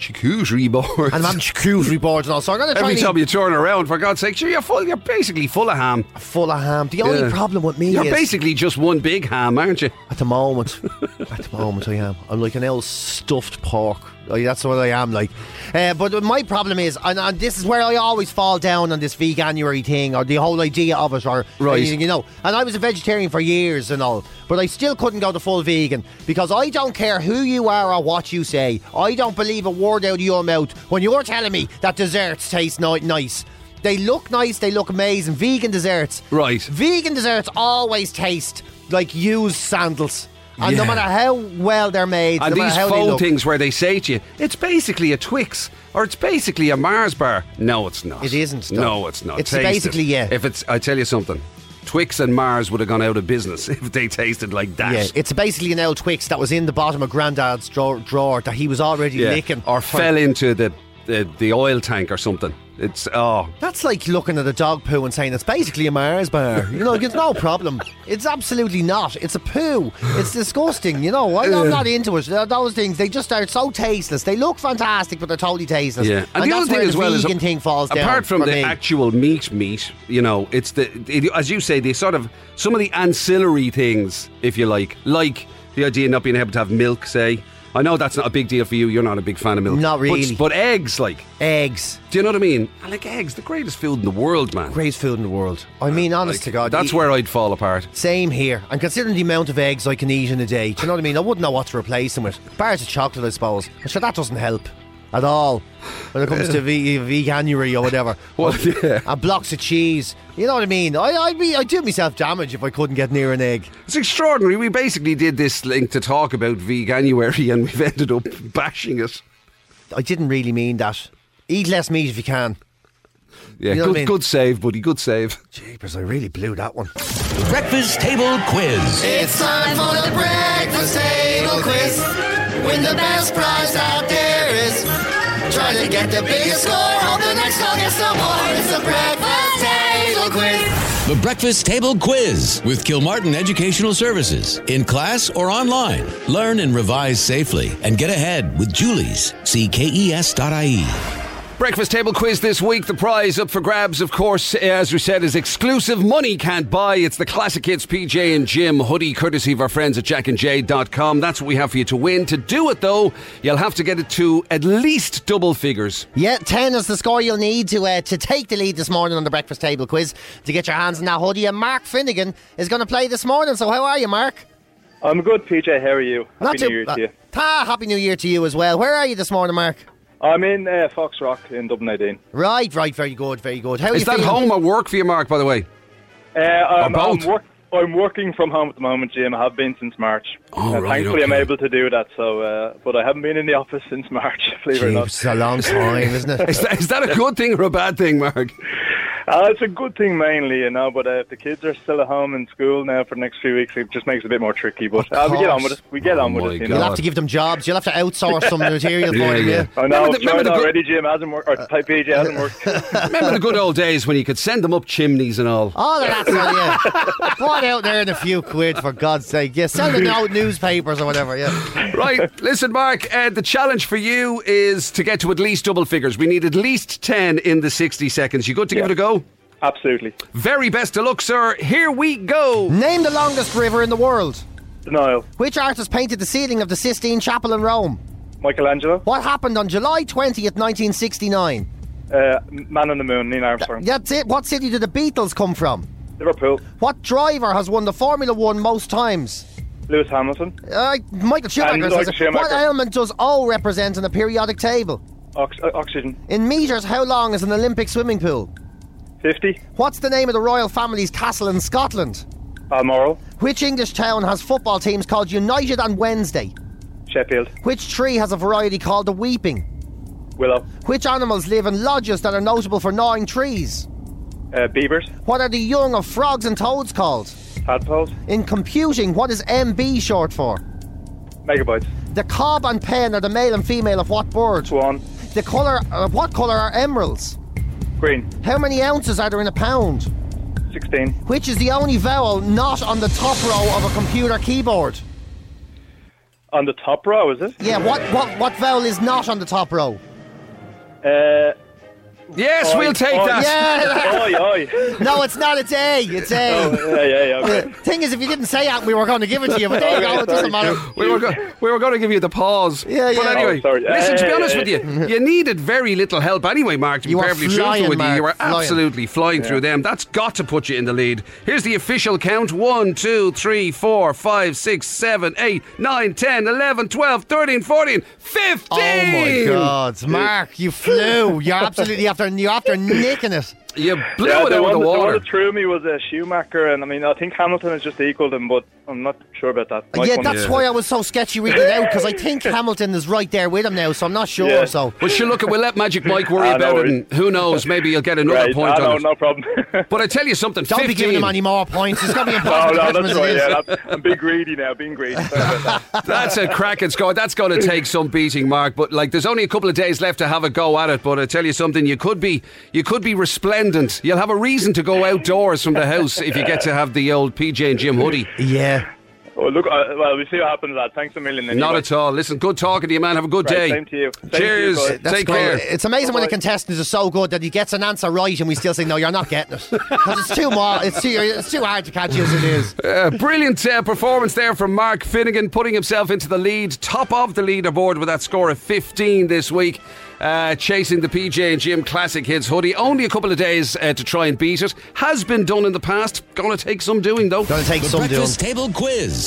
charcuterie boards.
And I'm having charcuterie boards and all. So I'm gonna try
Every
and eat
time you turn around, for God's sake, sure you're full. You're basically full of ham.
full of ham. The only
Yeah.
problem with me
You're
is
basically just one big ham, aren't you?
At the moment, at the moment, I am. I'm like an old stuffed pork. Like, that's what I am like. Uh, but my problem is, and, and this is where I always fall down on this veganuary thing or the whole idea of it or
Right.
anything, you know. And I was a vegetarian for years and all, but I still couldn't go to full vegan because I don't care who you are or what you say. I don't believe a word out of your mouth when you're telling me that desserts taste ni- nice. They look nice, they look amazing. Vegan desserts.
Right.
Vegan desserts always taste like used sandals. And no
Yeah.
matter how well they're made,
And
no
these
matter how they
phone
look,
things where they say to you, it's basically a Twix or it's basically a Mars bar. No, it's not. It isn't. No, it's not.
It's
Taste
basically,
it.
yeah.
If it's, I tell you something, Twix and Mars would have gone out of business if they tasted like that.
yeah, it's basically an old Twix that was in the bottom of Grandad's drawer, drawer that he was already
Yeah.
licking.
Or
for-
fell into the, the the oil tank or something. It's oh,
That's like looking at a dog poo and saying it's basically a Mars bar. You know, it's no problem. It's absolutely not. It's a poo. It's disgusting. You know, I, I'm not into it. Th- Those things they just are so tasteless. They look fantastic, but they're totally tasteless.
yeah.
and, that's where the vegan
uh,
thing falls down.
apart from
for
the
me.
actual meat, meat. You know, it's the it, as you say, the sort of some of the ancillary things, if you like, like the idea of not being able to have milk. Say, I know that's not a big deal for you. You're not a big fan of milk,
Not
But-
really.
But, eggs, like
eggs.
Do you know what I mean? I like eggs, the greatest food in the world, man.
Greatest food in the world. I mean, honest to God,
Uh, that's
you-
where I'd fall apart.
Same here. And considering the amount of eggs I can eat in a day, do you know what I mean? I wouldn't know what to replace them with. Bars of chocolate, I suppose. But sure, that doesn't help at all when it comes to ve- veganuary or whatever.
Well, yeah.
And blocks of cheese. You know what I mean? I, I'd be, I'd do myself damage if I couldn't get near an egg.
It's extraordinary. We basically did this link to talk about veganuary, and we've ended up bashing it.
I didn't really mean that. Eat less meat if you can.
Yeah,
You know what
good,
I mean?
good save, buddy. Good save.
Jeepers, I really blew that one.
Breakfast Table Quiz.
It's time for the breakfast table quiz. Win the best prize out there is.
trying to get the biggest score. Hope the next call gets the more. It's a breakfast table quiz.
The Breakfast Table Quiz with Kilmartin Educational Services. In class or online, learn and revise safely and get ahead with Julie's. E See KES.ie.
Breakfast table quiz this week. The prize up for grabs, of course, as we said, is exclusive money can't buy. It's the Classic Kids PJ and Jim hoodie, courtesy of our friends at jackandjay.com. That's what we have for you to win. To do it, though, you'll have to get it to at least double figures.
Yeah, 10 is the score you'll need to uh, to take the lead this morning on the breakfast table quiz to get your hands on that hoodie. And Mark Finnegan is going to play this morning. So, how are you, Mark?
I'm good, PJ. How are you? Happy New
too-
Year
uh,
to you.
Ah, happy New Year to you as well. Where are you this morning, Mark?
I'm in uh, Fox Rock in Dublin 18.
Right, right, very good, very good. How are
Is
you
that
feeling?
home or work for you, Mark, by the way?
Uh, I'm, I'm,
Oh, both?
work- I'm working from home at the moment, Jim. I have been since March.
Oh,
Uh,
right,
thankfully, I'm
okay.
able to do that. So, uh, but I haven't been in the office since March. Believe it or not,
It's a long time, isn't it?
is, that, is that a good thing or a bad thing, Mark?
Uh, it's a good thing mainly, you know. But uh, if the kids are still at home in school now for the next few weeks, it just makes it a bit more tricky. But uh, we get on with it. We get on with
Oh
it. You
You'll
know?
have to give them jobs. You'll have to outsource some material for them. Yeah.
I
Remember
know.
the- remember
I've tried
the Uh, good-
already, Jim. Hasn't worked. Or type PJ hasn't worked.
Remember the good old days when you could send them up chimneys and all?
All of that stuff, yeah. Go on out there in a few quid, for God's sake. Yeah, sell them out newspapers or whatever, yeah.
Right, listen, Mark, uh, the challenge for you is to get to at least double figures. We need at least 10 in the 60 seconds. You good to give it a go?
Absolutely.
Very best of luck, sir. Here we go.
Name the longest river in the world.
The Nile.
Which artist painted the ceiling of the Sistine Chapel in Rome?
Michelangelo.
What happened on July 20th, 1969?
Uh, Man on the Moon. Neil Armstrong.
That's it. What city did the Beatles come from?
Liverpool.
What driver has won the Formula One most times?
Lewis Hamilton.
Uh, Michael Schumacher.
And
says
Michael
it.
Schumacher.
What element does O represent in the periodic table?
Ox- uh, oxygen.
In meters, how long is an Olympic swimming pool?
50.
What's the name of the royal family's castle in Scotland?
Balmoral.
Which English town has football teams called United and Wednesday?
Sheffield.
Which tree has a variety called the weeping?
Willow.
Which animals live in lodges that are notable for gnawing trees?
Uh, beavers.
What are the young of frogs and toads called?
Tadpoles.
In computing, what is MB short for?
Megabytes.
The cob and pen are the male and female of what bird?
Swan.
The color, uh, what color are emeralds?
Green.
How many ounces are there in a pound?
16.
Which is the only vowel not on the top row of a computer keyboard?
On the top row, is it?
Yeah, what what what vowel is not on the top row?
Uh,
Yes,
oi,
we'll take
oi.
that. Yeah.
Oi, oi.
No, it's not. It's A. It's A.
Oh, yeah, yeah, yeah, okay.
The Thing is, if you didn't say that, we were going to give it to you. But there you
Okay,
go. It doesn't
sorry.
matter.
We were, go- we were going to give you the pause.
Yeah, yeah.
But anyway,
Oh, sorry.
listen, to be
Hey,
honest
hey,
with you, you needed very little help anyway, Mark, to be
You were
perfectly
flying,
truthful with you. You were
Mark, flying.
absolutely flying through them. That's got to put you in the lead. Here's the official count 1, 2, 3, 4, 5, 6, 7, 8, 9, 10, 11, 12, 13, 14, 15!
Oh my God, Mark, you flew. You're absolutely after. You're after nicking it.
You blew
yeah,
it out of the
one, the one
water.
that threw me was uh, Schumacher, and I mean, I think Hamilton has just equalled him, but I'm not sure about that. Mike
yeah,
won
that's
it.
why I was so sketchy reading it out because I think Hamilton is right there with him now, so I'm not sure.
Yeah.
So
But sure, look, we'll let Magic Mike worry
Ah, no
about it,
worries.
and who knows, maybe you'll get another
Right,
point
ah, no,
on it.
no problem.
But I tell you something,
don't
15.
be giving him any more points. It's going to be
no,
impossible.
no,
to get him as
that's
it is.
right. Yeah, I'm, I'm being greedy now. Being greedy. Sorry about that.
That's a cracking score. That's going to take some beating, Mark. But like, there's only a couple of days left to have a go at it. But I tell you something, you could be, you could be resplendent. You'll have a reason to go outdoors from the house if you get to have the old PJ and Jim hoodie.
yeah.
Well, look, uh, well, we see what happens, lad. Thanks a million. Anyway.
Not at all. Listen, good talking to you, man. Have a good
Right,
day.
same to you. Same to you,
Cheers.
guys.
That's
Take
great.
care.
It's amazing when a contestant is so good that he gets an answer right and we still say, no, you're not getting it. Because it's too, mo- it's, too, it's too hard to catch you as it is.
Uh, brilliant uh, performance there from Mark Finnegan, putting himself into the lead, top of the leaderboard with that score of 15 this week, uh, chasing the PJ and Jim Classic Hits hoodie. Only a couple of days uh, to try and beat it. Has been done in the past. Going to take some doing though.
Going to take
The
some doing.
Breakfast Table Quiz